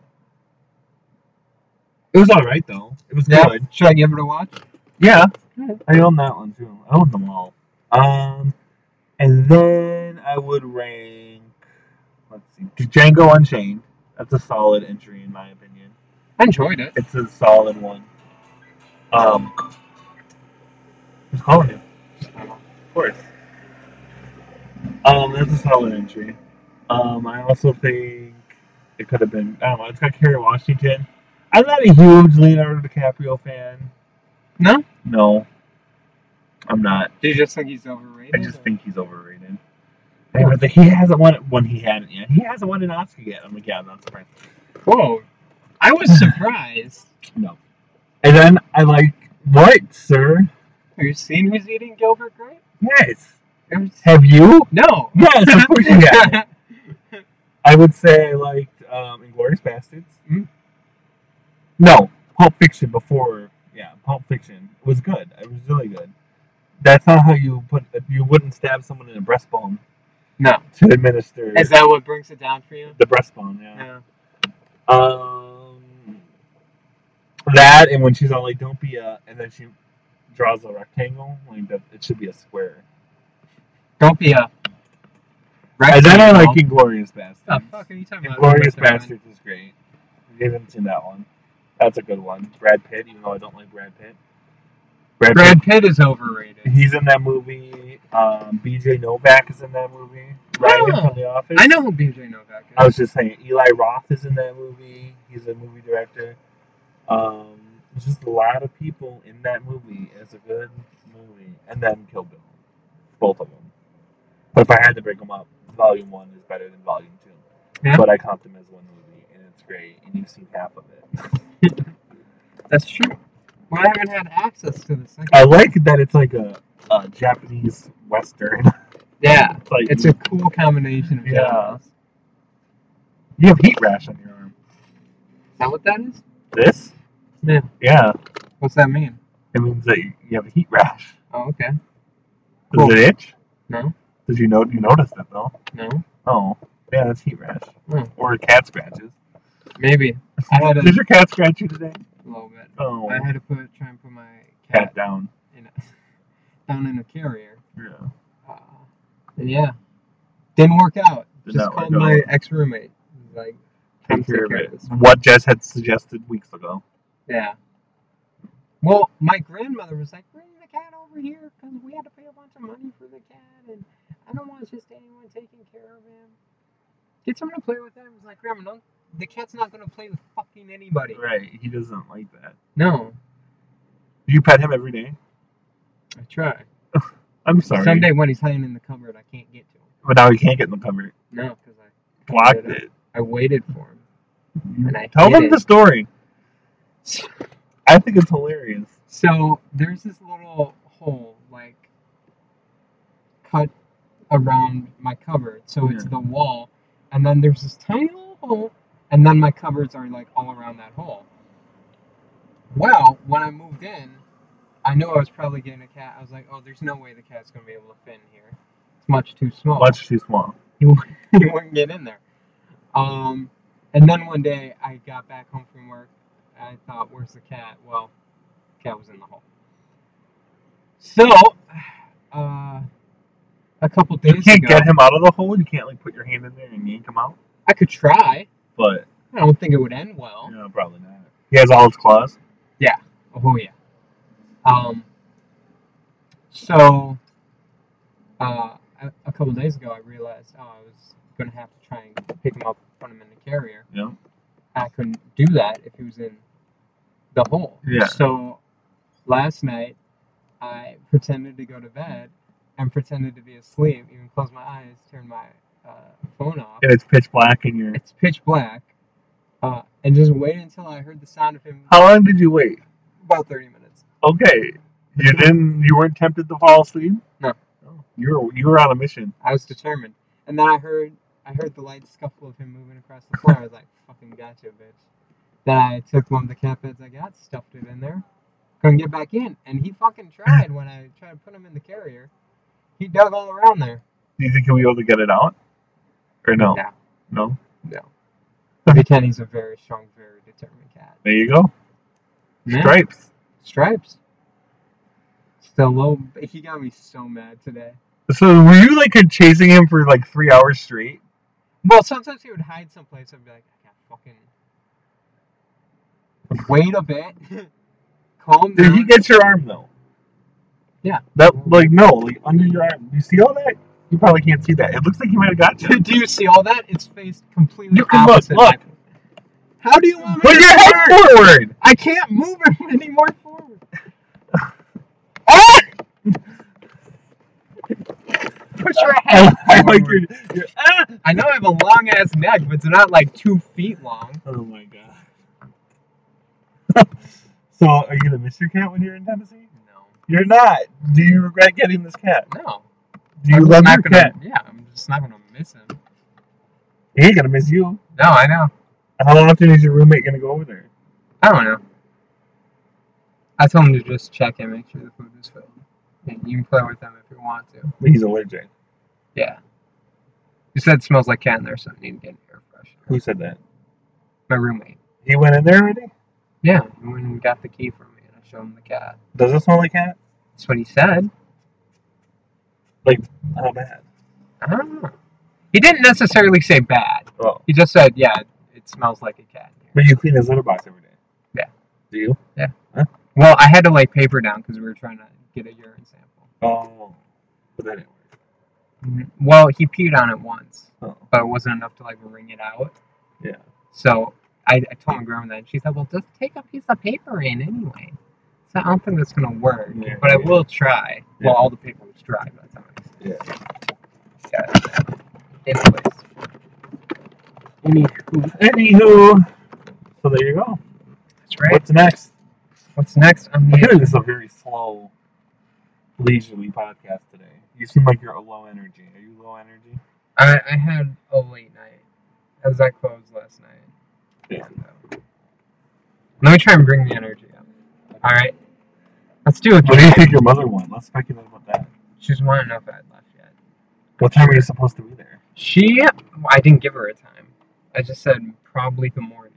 Speaker 2: It was alright though. It was
Speaker 1: Yeah.
Speaker 2: good.
Speaker 1: Should I give it a watch?
Speaker 2: Yeah. I own that one too. I own them all. Um and then I would rank let's see. Django Unchained. That's a solid entry in my opinion.
Speaker 1: I enjoyed it.
Speaker 2: It's a solid one. Um Who's calling you? Of course. Um, that's a solid entry. Um, I also think it could have been. I don't know. It's got Kerry Washington. I'm not a huge Leonardo DiCaprio fan.
Speaker 1: No?
Speaker 2: No, I'm not.
Speaker 1: Do you just think he's
Speaker 2: I
Speaker 1: overrated?
Speaker 2: just think he's overrated. And with the- he hasn't won when he hadn't yet. He hasn't won an Oscar yet. I'm like, yeah, I'm not surprised.
Speaker 1: Whoa. I was surprised.
Speaker 2: No. And then I like what, sir?
Speaker 1: Have you seen who's eating Gilbert Grape?
Speaker 2: Yes.
Speaker 1: It was-
Speaker 2: Have you?
Speaker 1: No.
Speaker 2: Yes, of course you have. I would say I liked um, Inglorious Bastards.
Speaker 1: Mm.
Speaker 2: No, Pulp Fiction before. Yeah, Pulp Fiction was good. It was really good. That's not how you put. You wouldn't stab someone in the breastbone
Speaker 1: no.
Speaker 2: to administer
Speaker 1: Is that what brings it down for you?
Speaker 2: the breastbone. Yeah.
Speaker 1: No.
Speaker 2: Um, that and when she's all like, "Don't be a," and then she draws a rectangle. Like that, it should be a square.
Speaker 1: Don't be a.
Speaker 2: And then I Oh,
Speaker 1: rectangle.
Speaker 2: like Inglorious
Speaker 1: What
Speaker 2: Bastards.
Speaker 1: the fuck are you talking about?
Speaker 2: Inglorious
Speaker 1: Gilbert Grape?
Speaker 2: Bastards is great. You haven't seen that one. That's a good one. Brad Pitt, even though I don't like Brad Pitt. Brad,
Speaker 1: Brad Pitt is overrated.
Speaker 2: Pitt, he's in that movie. Um, BJ Novak is in that movie. Ryan
Speaker 1: Oh.
Speaker 2: from The Office.
Speaker 1: I know who BJ Novak is.
Speaker 2: I was just saying, Eli Roth is in that movie. He's a movie director. Um, there's just a lot of people in that movie. It's a good movie. And then Kill Bill. Both of them. But if I had to break them up, Volume 1 is better than Volume 2.
Speaker 1: Yeah.
Speaker 2: But I count them as one movie, and it's great. And you've seen half of it.
Speaker 1: That's true. Well, I haven't had access to the second.
Speaker 2: I like that it's like a, a Japanese Western.
Speaker 1: yeah,
Speaker 2: It's like,
Speaker 1: it's a cool combination of
Speaker 2: Yeah.
Speaker 1: genres. Is
Speaker 2: you have heat rash on your arm.
Speaker 1: that what that is?
Speaker 2: This?
Speaker 1: Yeah.
Speaker 2: Yeah.
Speaker 1: What's that mean?
Speaker 2: It means that you you have a heat rash.
Speaker 1: Oh, okay.
Speaker 2: Does
Speaker 1: Cool.
Speaker 2: it itch?
Speaker 1: No,
Speaker 2: Did you know you noticed it though?
Speaker 1: no,
Speaker 2: Oh, yeah, that's heat rash
Speaker 1: Hmm.
Speaker 2: or cat scratches.
Speaker 1: maybe. I had a
Speaker 2: Did your cat scratch you today?
Speaker 1: little bit.
Speaker 2: Oh,
Speaker 1: I had to put try and put my cat
Speaker 2: cat down.
Speaker 1: in a, down in a carrier.
Speaker 2: Yeah.
Speaker 1: Uh, and yeah, didn't work out.
Speaker 2: Did
Speaker 1: Just
Speaker 2: not work
Speaker 1: called my
Speaker 2: out.
Speaker 1: ex roommate. Like, come
Speaker 2: Take care of it.
Speaker 1: this.
Speaker 2: What Jess had suggested weeks ago.
Speaker 1: Yeah. Well, my grandmother was like, bring the cat over here because we had to pay a bunch of money for the cat, and I don't want just anyone taking care of him. Get someone to play with him. I was like, Grandma, no, the cat's not going to play with fucking anybody.
Speaker 2: Right, he doesn't like that.
Speaker 1: No,
Speaker 2: Do you pet him every day?
Speaker 1: I try.
Speaker 2: I'm sorry.
Speaker 1: Someday when he's hiding in the cupboard, I can't get to him.
Speaker 2: But now he can't get in the cupboard.
Speaker 1: No, because I,
Speaker 2: Blocked
Speaker 1: Yeah.
Speaker 2: it.
Speaker 1: I waited for him. And I
Speaker 2: Tell
Speaker 1: hid
Speaker 2: them
Speaker 1: it.
Speaker 2: the story. I think it's hilarious.
Speaker 1: So there's this little hole, like cut around my cupboard. So it's
Speaker 2: Yeah.
Speaker 1: the wall, and then there's this tiny little hole, and then my cupboards are like all around that hole. Well, when I moved in, I knew I was probably getting a cat. I was like, oh, there's no way the cat's gonna be able to fit in here. It's much too small.
Speaker 2: Much too small.
Speaker 1: he wouldn't get in there. Um, and then one day I got back home from work. And I thought, where's the cat? Well, cat was in the hole. So, uh, a couple days
Speaker 2: You can't
Speaker 1: ago,
Speaker 2: get him out of the hole. You can't like put your hand in there and yank him out.
Speaker 1: I could try.
Speaker 2: But
Speaker 1: I don't think it would end well.
Speaker 2: no, probably not. He has all his claws.
Speaker 1: Oh yeah. Um. So, uh, a, a couple days ago, I realized oh, I was gonna have to try and pick him up, put him in the carrier.
Speaker 2: Yeah.
Speaker 1: I couldn't do that if he was in the hole.
Speaker 2: Yeah.
Speaker 1: So last night I pretended to go to bed and pretended to be asleep, even closed my eyes, turned my uh, phone off.
Speaker 2: And it's pitch black, and you're
Speaker 1: It's pitch black, uh, and just waited until I heard the sound of him
Speaker 2: How long did you wait?
Speaker 1: about 30 minutes.
Speaker 2: Okay, you didn't. You weren't tempted to fall asleep.
Speaker 1: No.
Speaker 2: Oh, you were you were on a mission.
Speaker 1: I was determined. And then I heard I heard the light scuffle of him moving across the floor. I was like, fucking gotcha, bitch. Then I took one of the cat beds I got, stuffed it in there, couldn't get back in, and he fucking tried when I tried to put him in the carrier. He dug all around there.
Speaker 2: Do you think he'll be able to get it out? Or no?
Speaker 1: No.
Speaker 2: No?
Speaker 1: No, Vikenny's a very strong, very determined cat.
Speaker 2: There you go.
Speaker 1: Yeah.
Speaker 2: Stripes.
Speaker 1: Stripes. Still low. He got me so mad today.
Speaker 2: So were you like chasing him for like three hours straight?
Speaker 1: Well, sometimes he would hide someplace. I'd be like, I can't fucking wait a bit. Calm
Speaker 2: Did
Speaker 1: down.
Speaker 2: he get your arm though?
Speaker 1: Yeah.
Speaker 2: That like no, like under your arm. You see all that? You probably can't see that. It looks like he might have got you.
Speaker 1: Do you see all that? It's faced completely
Speaker 2: You can look,
Speaker 1: opposite.
Speaker 2: look.
Speaker 1: How do you want me
Speaker 2: Put
Speaker 1: to
Speaker 2: your head
Speaker 1: work?
Speaker 2: forward.
Speaker 1: I can't move him anymore forward.
Speaker 2: Ah!
Speaker 1: Push your
Speaker 2: I,
Speaker 1: head.
Speaker 2: I like your, your.
Speaker 1: Ah! I know I have a long ass neck, but it's not like two feet long.
Speaker 2: Oh my god. so are you gonna miss your cat when you're in Tennessee?
Speaker 1: No.
Speaker 2: You're not. Do you regret getting this cat?
Speaker 1: No.
Speaker 2: Do you
Speaker 1: I'm
Speaker 2: love your
Speaker 1: not gonna,
Speaker 2: cat?
Speaker 1: Yeah, I'm just not gonna miss him.
Speaker 2: He ain't gonna miss you.
Speaker 1: No, I know.
Speaker 2: How often is your roommate gonna go over there?
Speaker 1: I don't know. I told him to just check and make sure the food is filled. And you can play with them if you want to.
Speaker 2: He's allergic.
Speaker 1: Yeah. You said it smells like cat in there, so I need to get an air freshener.
Speaker 2: Who said that?
Speaker 1: My roommate.
Speaker 2: He went in there already.
Speaker 1: Yeah, he went and got the key from me, and I showed him the cat.
Speaker 2: Does it smell like cat?
Speaker 1: That's what he said.
Speaker 2: How bad?
Speaker 1: I don't know. He didn't necessarily say bad.
Speaker 2: Oh,
Speaker 1: He just said, yeah, it smells like a cat. in here."
Speaker 2: but you clean his litter box every day.
Speaker 1: Yeah.
Speaker 2: Do you?
Speaker 1: Well, I had to lay paper down because we were trying to get a urine sample.
Speaker 2: Oh, but that didn't work.
Speaker 1: Well, he peed on it once,
Speaker 2: Oh,
Speaker 1: but it wasn't enough to like wring it out.
Speaker 2: yeah.
Speaker 1: So I, I told my grandma that, and she said, "Well, just take a piece of paper in anyway." So I don't think that's gonna work,
Speaker 2: Yeah,
Speaker 1: but I
Speaker 2: yeah.
Speaker 1: will try.
Speaker 2: Yeah.
Speaker 1: Well, all the paper was dry by the time.
Speaker 2: Yeah.
Speaker 1: I got it. Anyways, anywho,
Speaker 2: Anywho, so there you go.
Speaker 1: that's right.
Speaker 2: What's next?
Speaker 1: What's next on
Speaker 2: I feel
Speaker 1: the?
Speaker 2: like this is a very slow, leisurely podcast today. You seem like you're low energy. Are you low energy?
Speaker 1: I, I had a late night as I closed last night.
Speaker 2: Yeah.
Speaker 1: So. Let me try and bring the energy up. All right, let's do it.
Speaker 2: What do you think your mother won? Let's speculate about that.
Speaker 1: She's one enough I left yet.
Speaker 2: What time are you supposed to be there?
Speaker 1: She, I didn't give her a time. I just said probably the morning.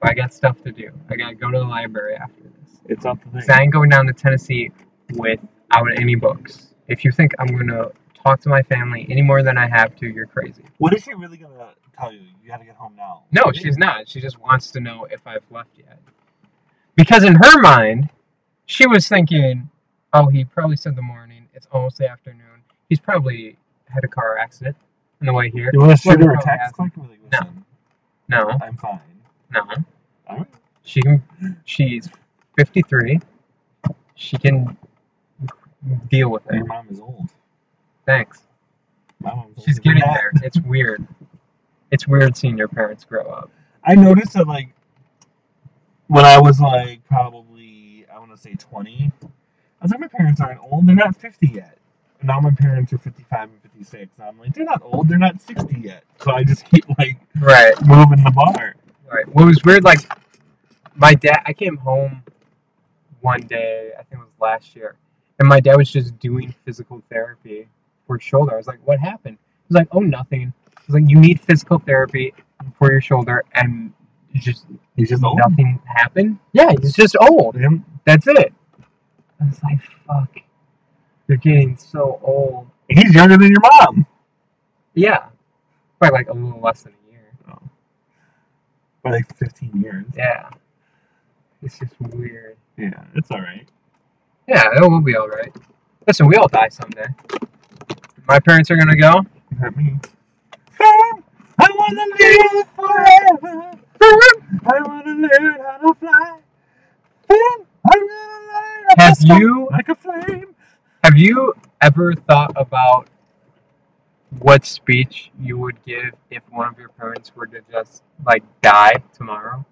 Speaker 1: But I got stuff to do. I gotta go to the library after this.
Speaker 2: It's up to
Speaker 1: So I ain't going down to Tennessee without any books. If you think I'm gonna talk to my family any more than I have to, you're crazy.
Speaker 2: What is she really gonna tell you? You gotta get home now.
Speaker 1: No, she's not. She just wants to know if I've left yet. Because in her mind, she was thinking, oh, he probably said the morning. It's almost the afternoon. He's probably had a car accident on the way here.
Speaker 2: You want to shoot
Speaker 1: Well,
Speaker 2: her a
Speaker 1: no,
Speaker 2: text?
Speaker 1: yeah.
Speaker 2: Like, really, listen,
Speaker 1: No,
Speaker 2: I'm fine.
Speaker 1: no.
Speaker 2: All right.
Speaker 1: She can. She's 53. She can deal with
Speaker 2: Your
Speaker 1: it.
Speaker 2: mom is old.
Speaker 1: Thanks.
Speaker 2: My mom's
Speaker 1: She's
Speaker 2: older than
Speaker 1: getting
Speaker 2: that.
Speaker 1: there. It's weird. It's weird seeing your parents grow up.
Speaker 2: I noticed that, like, when I was like probably I want to say 20, I was like, my parents aren't old. They're not 50 yet. And now my parents are 55 and 56. And I'm like, they're not old. They're not 60 yet. So I just keep like
Speaker 1: Right.
Speaker 2: moving the bar.
Speaker 1: Right. What was weird, like my dad. I came home one day. I think it was last year, and my dad was just doing physical therapy for his shoulder. I was like, "What happened?" He was like, "Oh, nothing." I was like, "You need physical therapy for your shoulder," and just
Speaker 2: He's just old.
Speaker 1: nothing happened. Yeah, he's just old.
Speaker 2: Him-
Speaker 1: That's it. I was like, fuck. You're getting so old.
Speaker 2: He's younger than your mom.
Speaker 1: Yeah. Probably like a little less than a year.
Speaker 2: By like 15 years.
Speaker 1: Yeah. It's just weird.
Speaker 2: Yeah, it's all right.
Speaker 1: Yeah, it will be alright. Listen, we all die someday. My parents are gonna go.
Speaker 2: You hurt me. I wanna live forever. I wanna learn how to fly. Finn, I wanna learn how to
Speaker 1: Have
Speaker 2: fly
Speaker 1: you
Speaker 2: like a flame?
Speaker 1: have you ever thought about what speech you would give if one of your parents were to just like die tomorrow?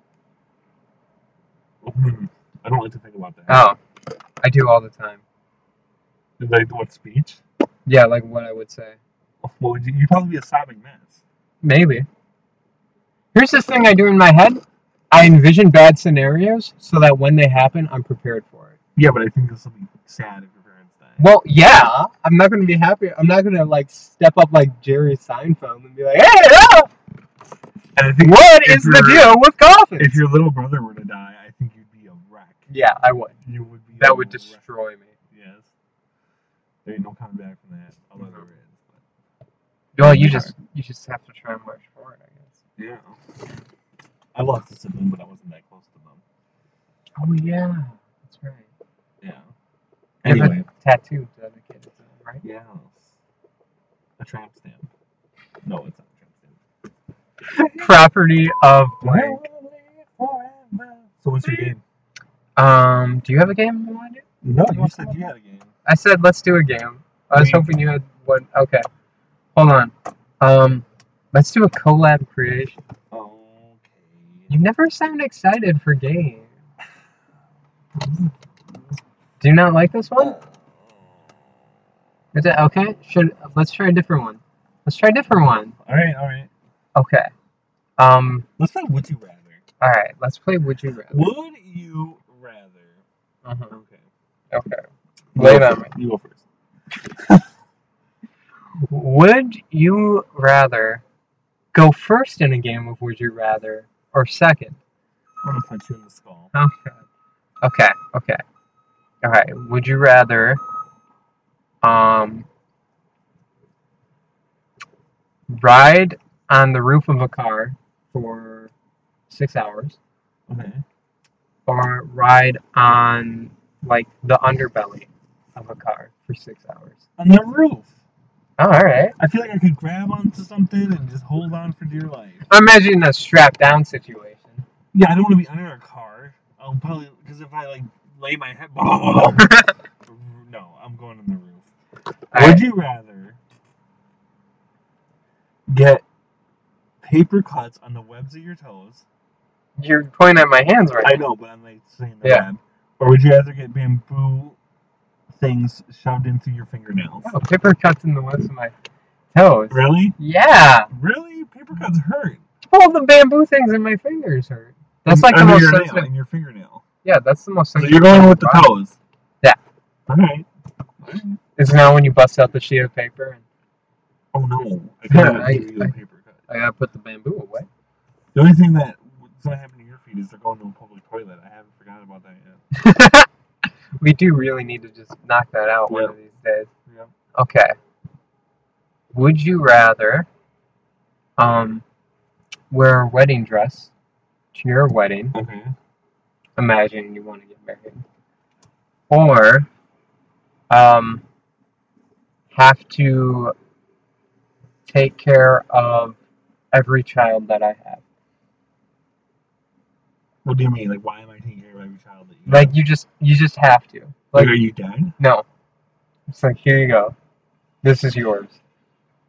Speaker 2: Hmm, I don't like to think about that.
Speaker 1: Oh. I do all the time.
Speaker 2: Like what speech?
Speaker 1: Yeah, like what I would say.
Speaker 2: What would you? You'd probably be a sobbing mess.
Speaker 1: Maybe. Here's this thing I do in my head. I envision bad scenarios so that when they happen, I'm prepared for it.
Speaker 2: Yeah, but I think this will be sad if your parents die.
Speaker 1: Well, yeah, I'm not gonna be happy. I'm not gonna like step up like Jerry Seinfeld and be like, "Hey, uh,
Speaker 2: And I think
Speaker 1: what
Speaker 2: if
Speaker 1: is the
Speaker 2: you're-
Speaker 1: deal with coffins?"
Speaker 2: if your little brother were to die, I think you'd be a wreck.
Speaker 1: yeah, I would.
Speaker 2: You would be. a
Speaker 1: That would
Speaker 2: wreck.
Speaker 1: destroy me.
Speaker 2: Yes. There ain't no coming back from that. Although there is. But
Speaker 1: Well, you just you just have to try and march for it, I guess.
Speaker 2: yeah. I lost a sibling, but I wasn't that close to them.
Speaker 1: Oh yeah, that's right.
Speaker 2: Yeah.
Speaker 1: Yeah, but-
Speaker 2: Anyway.
Speaker 1: Tattoo to other kids, right?
Speaker 2: Yes. A tramp stamp. No, it's not a
Speaker 1: Property of
Speaker 2: tramp
Speaker 1: blank.
Speaker 2: stamp. So what's your game?
Speaker 1: Um, do you have a game you want to do?
Speaker 2: No,
Speaker 1: you said you
Speaker 2: had a game.
Speaker 1: I said let's do a game. I was
Speaker 2: Me.
Speaker 1: hoping you had one. Okay, hold on. Um, let's do a collab creation.
Speaker 2: Okay.
Speaker 1: You never sound excited for games. Do you not like this one? Is it okay? Should let's try a different one. Let's try a different one.
Speaker 2: All right, all right.
Speaker 1: Okay. Um.
Speaker 2: Let's play Would You Rather.
Speaker 1: All right. Let's play. Would you rather?
Speaker 2: Would you rather?
Speaker 1: Uh-huh.
Speaker 2: Okay.
Speaker 1: Okay. Lay it
Speaker 2: You go
Speaker 1: on
Speaker 2: first. You go first.
Speaker 1: Would you rather go first in a game of Would You Rather or second?
Speaker 2: I'm gonna punch you in the skull.
Speaker 1: Oh god. Okay, okay. Alright. Would you rather um ride on the roof of a car for six hours
Speaker 2: Okay.
Speaker 1: or ride on like the underbelly of a car for six hours?
Speaker 2: On the roof.
Speaker 1: Oh, alright.
Speaker 2: I feel like I could grab onto something and just hold on for dear life.
Speaker 1: I'm imagining a strapped down situation.
Speaker 2: Yeah, I don't want to be under a car. I'll probably because if I like lay my head, no, I'm going on the roof.
Speaker 1: All
Speaker 2: Would
Speaker 1: right.
Speaker 2: you rather get paper cuts on the webs of your toes?
Speaker 1: You're pointing at my hands right
Speaker 2: I
Speaker 1: now.
Speaker 2: know, but I'm like saying the
Speaker 1: Yeah.
Speaker 2: web. Or would you rather get bamboo things shoved in through your fingernails?
Speaker 1: Oh, paper cuts in the webs of my toes.
Speaker 2: Really?
Speaker 1: Yeah.
Speaker 2: Really? Paper cuts hurt.
Speaker 1: All Oh, the bamboo things in my fingers hurt. That's like the
Speaker 2: Under
Speaker 1: most
Speaker 2: your nail,
Speaker 1: sensitive.
Speaker 2: in your fingernail.
Speaker 1: Yeah, that's the most
Speaker 2: So
Speaker 1: sensitive.
Speaker 2: you're going with the
Speaker 1: part.
Speaker 2: toes.
Speaker 1: Yeah.
Speaker 2: All right.
Speaker 1: Is now when you bust out the sheet of paper and
Speaker 2: Oh no! I
Speaker 1: Yeah,
Speaker 2: couldn't
Speaker 1: I-
Speaker 2: give you a
Speaker 1: I-
Speaker 2: paper cut.
Speaker 1: I gotta put the bamboo away.
Speaker 2: The only thing that that's gonna happen to your feet is they're going to a public toilet. I haven't forgotten about that yet.
Speaker 1: We do really need to just knock that out one of these days.
Speaker 2: Yep.
Speaker 1: Okay. Would you rather um wear a wedding dress to your wedding?
Speaker 2: Okay.
Speaker 1: Imagine you want to get married. Or um have to take care of every child that I have.
Speaker 2: What do you mean? Like, why am I taking care of every child that you?
Speaker 1: Like
Speaker 2: have?
Speaker 1: you just you just have to.
Speaker 2: Like,
Speaker 1: Like
Speaker 2: are you dead?
Speaker 1: no. It's like here you go. This is yours.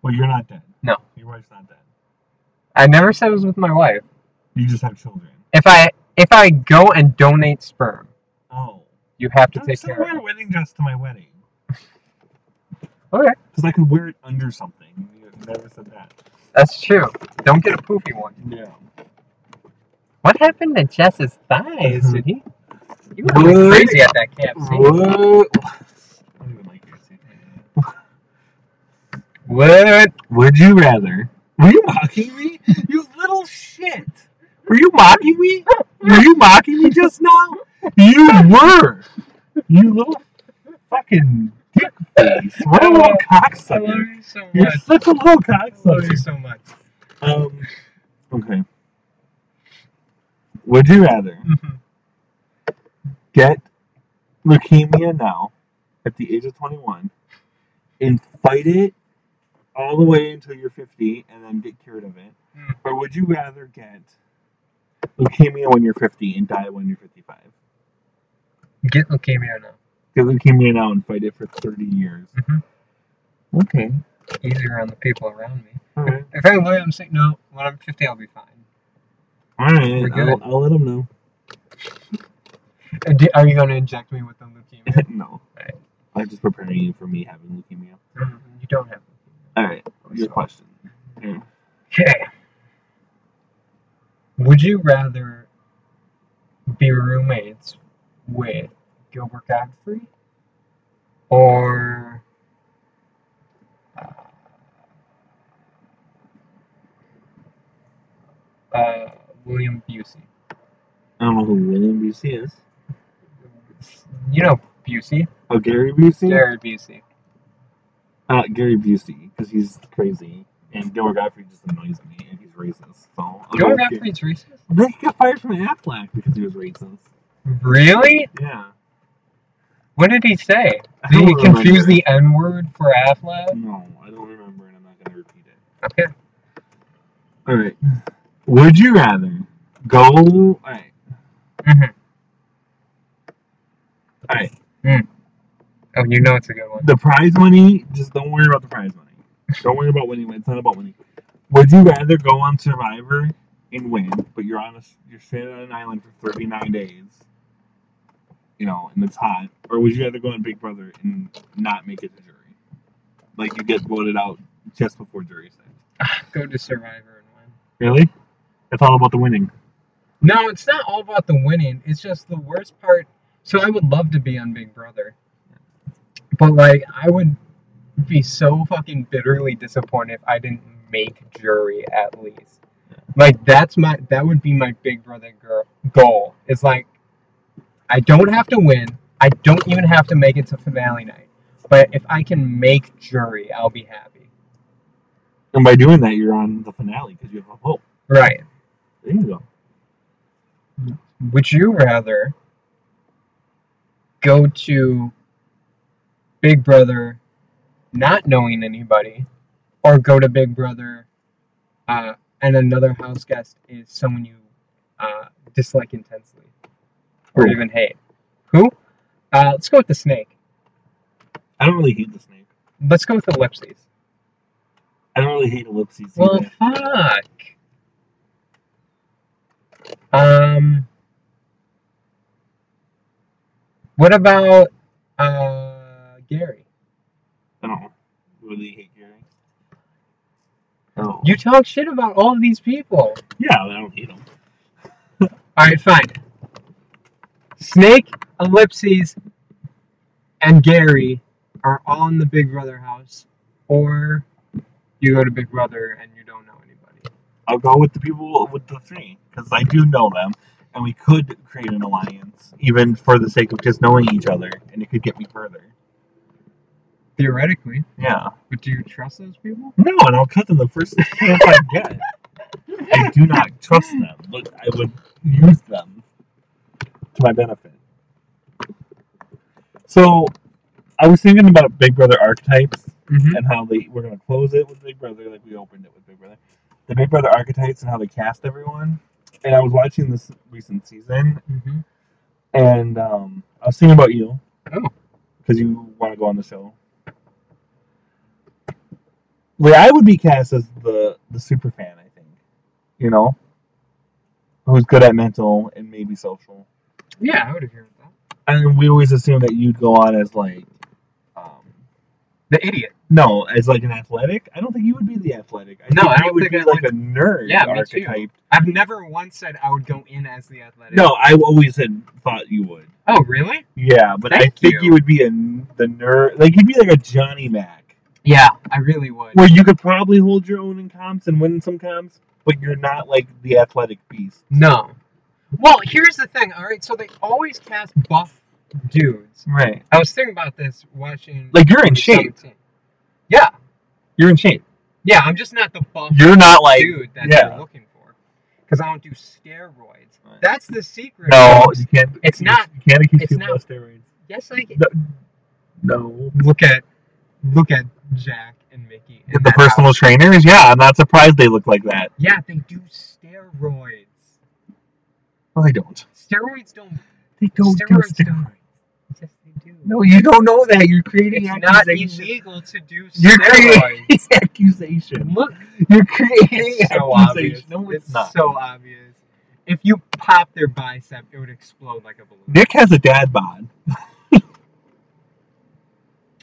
Speaker 2: Well, you're not dead.
Speaker 1: No.
Speaker 2: Your wife's not dead.
Speaker 1: I never said it was with my wife.
Speaker 2: You just have children.
Speaker 1: If I if I go and donate sperm,
Speaker 2: Oh.
Speaker 1: you have to
Speaker 2: I'm
Speaker 1: take
Speaker 2: still
Speaker 1: care
Speaker 2: wearing
Speaker 1: of
Speaker 2: a wedding dress to my wedding.
Speaker 1: it. Okay.
Speaker 2: Because I could wear it under something. You never said that.
Speaker 1: That's true. Don't get a poofy one.
Speaker 2: Yeah.
Speaker 1: What happened to Jess's thighs? Did he? You were
Speaker 2: Would-
Speaker 1: going crazy at that camp. see?
Speaker 2: Would. I don't even like your seat.
Speaker 1: Would
Speaker 2: Would you rather? Were you mocking me? You little shit! Were you mocking me? Were you mocking me just now? You were! You little fucking dick face. What a little
Speaker 1: I love
Speaker 2: cocksucker.
Speaker 1: you so much.
Speaker 2: You're such a
Speaker 1: I
Speaker 2: little
Speaker 1: love you
Speaker 2: cocksucker.
Speaker 1: so much.
Speaker 2: Um, okay. Would you rather
Speaker 1: Mhm.
Speaker 2: get leukemia now at the age of 21 and fight it all the way until you're 50 and then get cured of it?
Speaker 1: Hmm.
Speaker 2: Or would you rather get leukemia when you're 50 and die when you're 55?
Speaker 1: Get leukemia now.
Speaker 2: Get leukemia now and fight it for 30 years.
Speaker 1: Mhm.
Speaker 2: Okay.
Speaker 1: Easier on the people around me.
Speaker 2: All right.
Speaker 1: If I live, I'm sick. No, when I'm 50, I'll be fine.
Speaker 2: All right.
Speaker 1: We're
Speaker 2: I'll,
Speaker 1: good.
Speaker 2: I'll let them know.
Speaker 1: Uh, do- Are you going to inject me with the leukemia?
Speaker 2: no.
Speaker 1: Alright.
Speaker 2: I'm just preparing you for me having leukemia.
Speaker 1: Mm, you don't have leukemia.
Speaker 2: All right.
Speaker 1: I'm Oh,
Speaker 2: Your
Speaker 1: sorry.
Speaker 2: question. Yeah.
Speaker 1: Okay. Would you rather be roommates with Gilbert Godfrey or uh, uh, William Busey.
Speaker 2: I don't know who William Busey is.
Speaker 1: You know Busey,
Speaker 2: Oh, Gary Busey?
Speaker 1: Gary Busey.
Speaker 2: Uh, Gary Busey, because he's crazy. And Gilbert Godfrey just annoys me, and he's racist. So I'll go
Speaker 1: Gilbert
Speaker 2: with Gary-
Speaker 1: Godfrey's racist.
Speaker 2: They got fired from Aflac because he was racist.
Speaker 1: Really?
Speaker 2: Yeah.
Speaker 1: What did he say?
Speaker 2: I
Speaker 1: Did
Speaker 2: don't
Speaker 1: he confuse
Speaker 2: remember.
Speaker 1: the N word for Aflac?
Speaker 2: No, I don't remember, and I'm not gonna repeat it.
Speaker 1: Okay.
Speaker 2: All right. Would you rather go? All right.
Speaker 1: hmm
Speaker 2: All right.
Speaker 1: Oh, you know it's a good one.
Speaker 2: The prize money. Just don't worry about the prize money. Don't worry about winning. It's not about winning. Would you rather go on Survivor and win, but you're on a you're stranded on an island for 39 days? You know, and it's hot. Or would you rather go on Big Brother and not make it to jury? Like you get voted out just before jury time.
Speaker 1: Go to Survivor and win.
Speaker 2: Really? It's all about the winning.
Speaker 1: No, it's not all about the winning. It's just the worst part. So I would love to be on Big Brother, but like I would be so fucking bitterly disappointed if I didn't make jury at least. Like that's my that would be my Big Brother girl goal. It's like I don't have to win. I don't even have to make it to finale night. But if I can make jury, I'll be happy.
Speaker 2: And by doing that, you're on the finale because you have a hope.
Speaker 1: Right.
Speaker 2: There you go.
Speaker 1: Would you rather go to Big Brother not knowing anybody or go to Big Brother uh, and another house guest is someone you uh, dislike intensely or
Speaker 2: Who?
Speaker 1: even hate? Who? Uh, let's go with the snake.
Speaker 2: I don't really hate the snake.
Speaker 1: Let's go with ellipses.
Speaker 2: I don't really hate ellipses.
Speaker 1: Well,
Speaker 2: either.
Speaker 1: fuck. Um. What about uh Gary?
Speaker 2: I don't really hate Gary. Oh.
Speaker 1: You talk shit about all of these people.
Speaker 2: yeah, I don't hate him.
Speaker 1: All right, fine. Snake, ellipses, and Gary are all in the Big Brother house, or you go to Big Brother and you don't know anybody.
Speaker 2: I'll go with the people with the three because I do know them, and we could create an alliance even for the sake of just knowing each other, and it could get me further.
Speaker 1: Theoretically,
Speaker 2: Yeah.
Speaker 1: but do you trust those people?
Speaker 2: No, and I'll cut them the first chance I get. I do not trust them, but I would use them to my benefit. So, I was thinking about Big Brother archetypes
Speaker 1: Mm-hmm.
Speaker 2: and how they we're gonna close it with Big Brother, like we opened it with Big Brother. The Big Brother archetypes and how they cast everyone. And I was watching this recent season,
Speaker 1: Mm-hmm.
Speaker 2: and um, I was thinking about you.
Speaker 1: Oh.
Speaker 2: Because you want to go on the show. Like, I would be cast as the, the super fan, I think. You know? Who's good at mental and maybe social.
Speaker 1: Yeah, I would agree with that.
Speaker 2: And we always assume that you'd go on as, like, um,
Speaker 1: The idiot.
Speaker 2: no, as, like, an athletic. I don't think you would be the athletic. I
Speaker 1: No, I
Speaker 2: you
Speaker 1: don't
Speaker 2: would
Speaker 1: think
Speaker 2: be,
Speaker 1: I
Speaker 2: like,
Speaker 1: would.
Speaker 2: a nerd
Speaker 1: Yeah, me too.
Speaker 2: archetype.
Speaker 1: I've never once said I would go in as the athletic.
Speaker 2: No, I always had thought you would.
Speaker 1: Oh, really?
Speaker 2: Yeah, but I
Speaker 1: Thank
Speaker 2: think
Speaker 1: you.
Speaker 2: you would be a, n- the nerd. Like, you'd be like a Johnny Mac.
Speaker 1: Yeah, I really would.
Speaker 2: Where you could probably hold your own in comps and win some comps, but you're not like the athletic beast.
Speaker 1: No. Well, here's the thing. All right, so they always cast buff dudes.
Speaker 2: Right.
Speaker 1: I was thinking about this watching.
Speaker 2: Like you're in
Speaker 1: the
Speaker 2: shape.
Speaker 1: 17. Yeah,
Speaker 2: You're in shape.
Speaker 1: yeah. I'm just not the buff
Speaker 2: You're not like
Speaker 1: dude that
Speaker 2: yeah.
Speaker 1: they're looking for because I don't do steroids.
Speaker 2: Right.
Speaker 1: That's the secret.
Speaker 2: no.
Speaker 1: folks.
Speaker 2: You can't.
Speaker 1: It's
Speaker 2: you
Speaker 1: not-
Speaker 2: can't accuse
Speaker 1: it's
Speaker 2: people
Speaker 1: not-
Speaker 2: of steroids.
Speaker 1: Yes, I can.
Speaker 2: No. no.
Speaker 1: Look at, look at Jack and Mickey. in
Speaker 2: The
Speaker 1: that
Speaker 2: personal
Speaker 1: house.
Speaker 2: trainers. Yeah, I'm not surprised they look like that.
Speaker 1: Yeah, they do steroids.
Speaker 2: Well, they don't.
Speaker 1: Steroids don't.
Speaker 2: They don't
Speaker 1: Steroids
Speaker 2: do
Speaker 1: don't-
Speaker 2: steroids.
Speaker 1: Yes, they do.
Speaker 2: No, you don't know that. You're creating
Speaker 1: it's not
Speaker 2: accusations.
Speaker 1: illegal to do
Speaker 2: You're
Speaker 1: steroids.
Speaker 2: creating accusation.
Speaker 1: Look,
Speaker 2: You're creating
Speaker 1: it's so obvious.
Speaker 2: accusation. No, it's,
Speaker 1: it's
Speaker 2: not.
Speaker 1: so obvious. If you pop their bicep, it would explode like a balloon.
Speaker 2: Nick has a dad bod.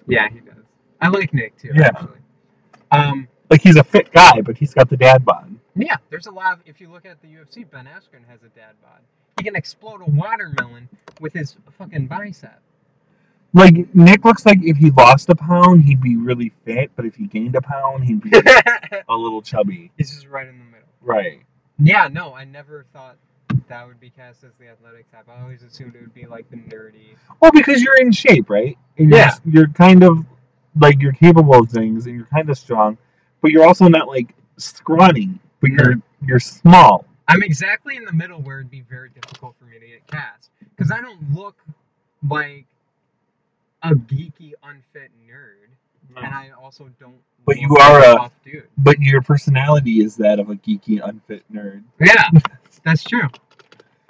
Speaker 1: Yeah, he does. I like Nick too.
Speaker 2: Yeah.
Speaker 1: Actually. Um.
Speaker 2: Like he's a fit guy, but he's got the dad bod.
Speaker 1: Yeah. There's a lot. Of, if you look at the UFC, Ben Askren has a dad bod. He can explode a watermelon with his fucking bicep.
Speaker 2: Like Nick looks like if he lost a pound, he'd be really fit, but if he gained a pound, he'd be a little chubby.
Speaker 1: He's just right in the middle.
Speaker 2: Right.
Speaker 1: Yeah, no, I never thought that would be cast as the athletic type. I always assumed it would be like the nerdy.
Speaker 2: Well, because you're in shape, right? And you're-
Speaker 1: Yeah.
Speaker 2: You're kind of like you're capable of things, and you're kind of strong, but you're also not like scrawny, but
Speaker 1: No.
Speaker 2: you're you're small.
Speaker 1: I'm exactly in the middle where it'd be very difficult for me to get cast because I don't look like a geeky, unfit nerd, and I also don't.
Speaker 2: But
Speaker 1: look
Speaker 2: you are
Speaker 1: like
Speaker 2: a-
Speaker 1: buff dude.
Speaker 2: But your personality is that of a geeky, unfit nerd.
Speaker 1: Yeah, that's true.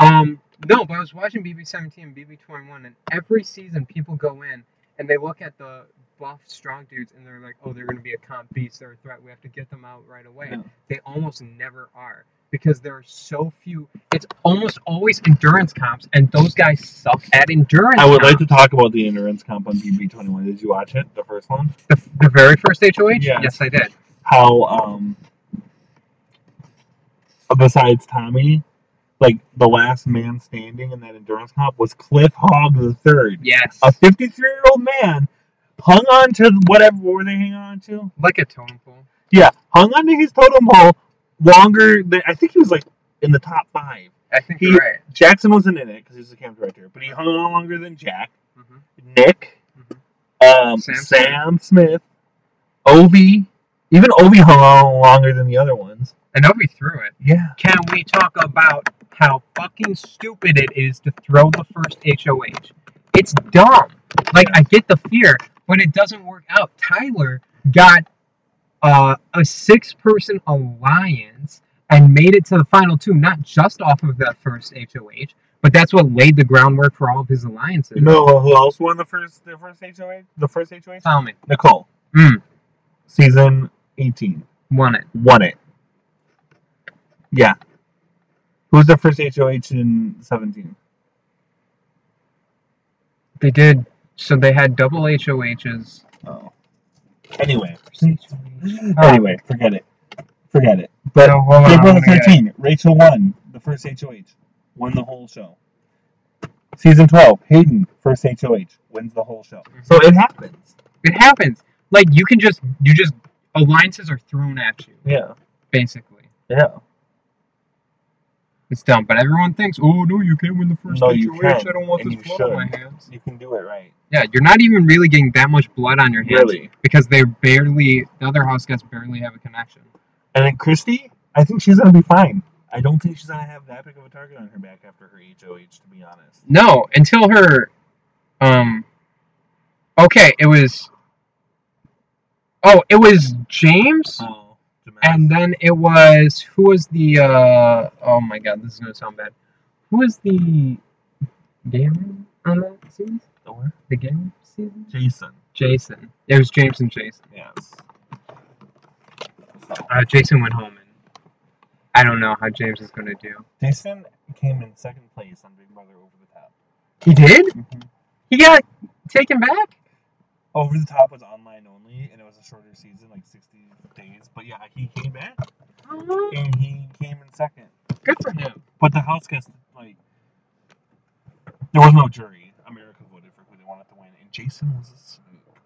Speaker 1: Um, no, but I was watching BB17 and BB21, and every season people go in and they look at the buff, strong dudes, and they're like, oh, they're going to be a comp beast. They're a threat. We have to get them out right away.
Speaker 2: Yeah.
Speaker 1: They almost never are because there are so few. It's almost always endurance comps, and those guys suck at endurance.
Speaker 2: I would like
Speaker 1: comps.
Speaker 2: to talk about the endurance comp on BB21. Did you watch it, the first one?
Speaker 1: The, the very first HOH?
Speaker 2: Yeah.
Speaker 1: Yes, I did.
Speaker 2: How, um, besides Tommy, like the last man standing in that endurance comp was Cliff Hogg the third,
Speaker 1: Yes.
Speaker 2: a 53 year old man, hung on to whatever were they hanging on to?
Speaker 1: like a tone pole.
Speaker 2: Yeah, hung on to his totem pole longer than I think he was like in the top five.
Speaker 1: I think
Speaker 2: He-
Speaker 1: you're right.
Speaker 2: Jackson wasn't in it because he was the camp director, but he hung on longer than Jack.
Speaker 1: hmm
Speaker 2: Nick,
Speaker 1: mm-hmm.
Speaker 2: um,
Speaker 1: Sam
Speaker 2: Sam, Smith, Ovi. Even Ovi hung on longer than the other ones.
Speaker 1: And Obi threw it.
Speaker 2: Yeah.
Speaker 1: Can we talk about how fucking stupid it is to throw the first HOH? It's dumb. Like I get the fear, but it doesn't work out. Tyler got uh, a six-person alliance and made it to the final two, not just off of that first HOH, but that's what laid the groundwork for all of his alliances.
Speaker 2: You know who else won the first the first HOH? The first HOH?
Speaker 1: Tell me,
Speaker 2: Nicole.
Speaker 1: Mm.
Speaker 2: Season 18.
Speaker 1: won it.
Speaker 2: Won it. Yeah. Who's the first HOH in 17?
Speaker 1: They did. So they had double HOHs.
Speaker 2: Oh. Anyway.
Speaker 1: Oh,
Speaker 2: Anyway, forget it. Forget it. But
Speaker 1: so hold on, I'm
Speaker 2: April the
Speaker 1: gonna get it.
Speaker 2: 13th, Rachel won the first HOH, won the whole show. Season 12, Hayden, first HOH, wins the whole show. So it happens.
Speaker 1: It happens. Like you can just you just alliances are thrown at you,
Speaker 2: Yeah,
Speaker 1: basically.
Speaker 2: yeah.
Speaker 1: It's dumb, but everyone thinks, oh no, you can't win the first
Speaker 2: No,
Speaker 1: HOH.
Speaker 2: you
Speaker 1: I
Speaker 2: can,
Speaker 1: don't want
Speaker 2: and
Speaker 1: this
Speaker 2: you
Speaker 1: blood on my
Speaker 2: should.
Speaker 1: hands.
Speaker 2: You can do it right.
Speaker 1: Yeah, you're not even really getting that much blood on your hands because they barely the other house guys barely have a connection.
Speaker 2: And then Christy, I think she's going to be fine. I don't think she's going to have that big of a target on her back after her HOH, to be honest.
Speaker 1: No, until her um Okay, it was Oh, it was James?
Speaker 2: Oh, Demetri-
Speaker 1: And then it was who was the uh oh my god, this is gonna sound bad. Who was the Garen on that season?
Speaker 2: Or
Speaker 1: The Garen season?
Speaker 2: Jason.
Speaker 1: Jason. It was James and Jason.
Speaker 2: Yes. So,
Speaker 1: Uh, Jason went home and I don't know how James is gonna do.
Speaker 2: Jason came in second place on Big Brother Over the Top.
Speaker 1: He did? He got taken back?
Speaker 2: Over the Top was online only, and it was a shorter season, like 60 days. But yeah, he came back,
Speaker 1: Good
Speaker 2: and he came in second.
Speaker 1: for him.
Speaker 2: But the house guest, like, there was no jury. America voted for who they wanted to win, and Jason was a snoop.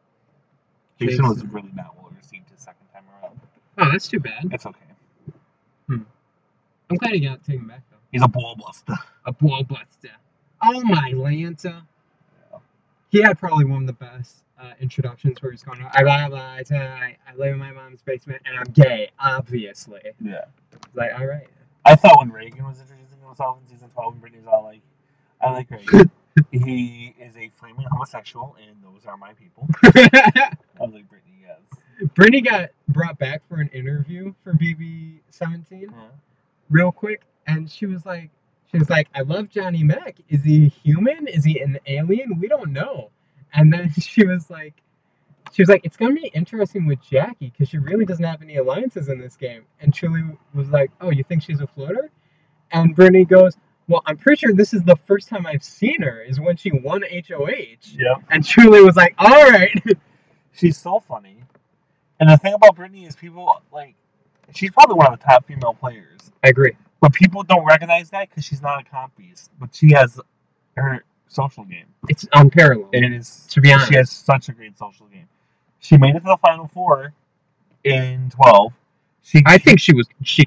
Speaker 2: Jason, was
Speaker 1: Jason.
Speaker 2: really not well received his second time around.
Speaker 1: Oh, that's too bad.
Speaker 2: It's okay.
Speaker 1: I'm glad he got taken back though.
Speaker 2: He's a ball buster.
Speaker 1: A ball buster. Oh my Lanta. He had probably one of the best uh, introductions where he's going, I blah blah I, I live in my mom's basement and I'm gay, obviously.
Speaker 2: Yeah.
Speaker 1: It's like, all right.
Speaker 2: I thought when Reagan was introducing himself in season 12, and Brittany's all like, I like Reagan. he is a flaming homosexual, and those are my people. I was like, Brittany, yes.
Speaker 1: Brittany got brought back for an interview for BB17
Speaker 2: Yeah.
Speaker 1: real quick, and she was like, she was like, I love Johnny Mac. Is he human? Is he an alien? We don't know. And then she was like, she was like, it's gonna be interesting with Jackie because she really doesn't have any alliances in this game. And Truly was like, oh, you think she's a floater? And Brittany goes, well, I'm pretty sure this is the first time I've seen her is when she won HOH.
Speaker 2: Yeah.
Speaker 1: And Truly was like, all right.
Speaker 2: She's so funny. And the thing about Brittany is people like she's probably one of the top female players.
Speaker 1: I agree.
Speaker 2: But people don't recognize that because she's not a comp beast. But she has her social game.
Speaker 1: It's unparalleled.
Speaker 2: It is
Speaker 1: To be honest.
Speaker 2: she has such a great social game. She made it to the final four in twelve. She,
Speaker 1: I think she was she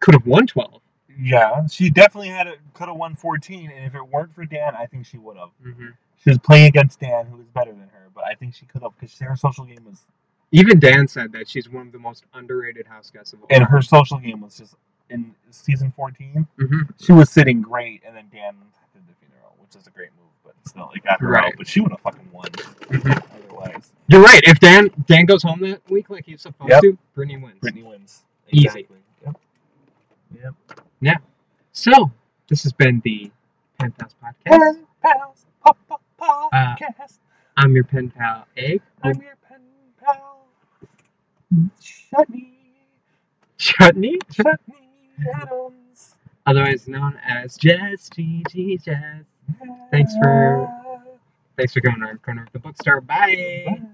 Speaker 1: could have won twelve.
Speaker 2: yeah, she definitely had could have won fourteen, and if it weren't for Dan, I think she would have.
Speaker 1: Mm-hmm.
Speaker 2: She was playing against Dan, who was better than her, but I think she could have because her social game was
Speaker 1: Even Dan said that she's one of the most underrated house guests of all.
Speaker 2: and her social game was just in season fourteen.
Speaker 1: Mhm.
Speaker 2: She was sitting great, and then Dan did the funeral, which is a great move, but still, it got her out.
Speaker 1: Right.
Speaker 2: But she would have fucking won
Speaker 1: Mhm.
Speaker 2: otherwise.
Speaker 1: You're right. If Dan Dan goes home that week like he's supposed
Speaker 2: Yep.
Speaker 1: to, Brittany wins.
Speaker 2: Brittany wins
Speaker 1: Easy.
Speaker 2: Yep. Yep.
Speaker 1: So this has been the Penthouse Podcast.
Speaker 2: Pen pals, pop pop
Speaker 1: Uh,
Speaker 2: podcast.
Speaker 1: I'm your pen pal Egg.
Speaker 2: I'm your pen pal. Chutney,
Speaker 1: Chutney,
Speaker 2: Chutney Adams.
Speaker 1: otherwise known as Jess GG Jess. Thanks for- Thanks for coming on Corner of the Bookstore. Bye.
Speaker 2: Bye.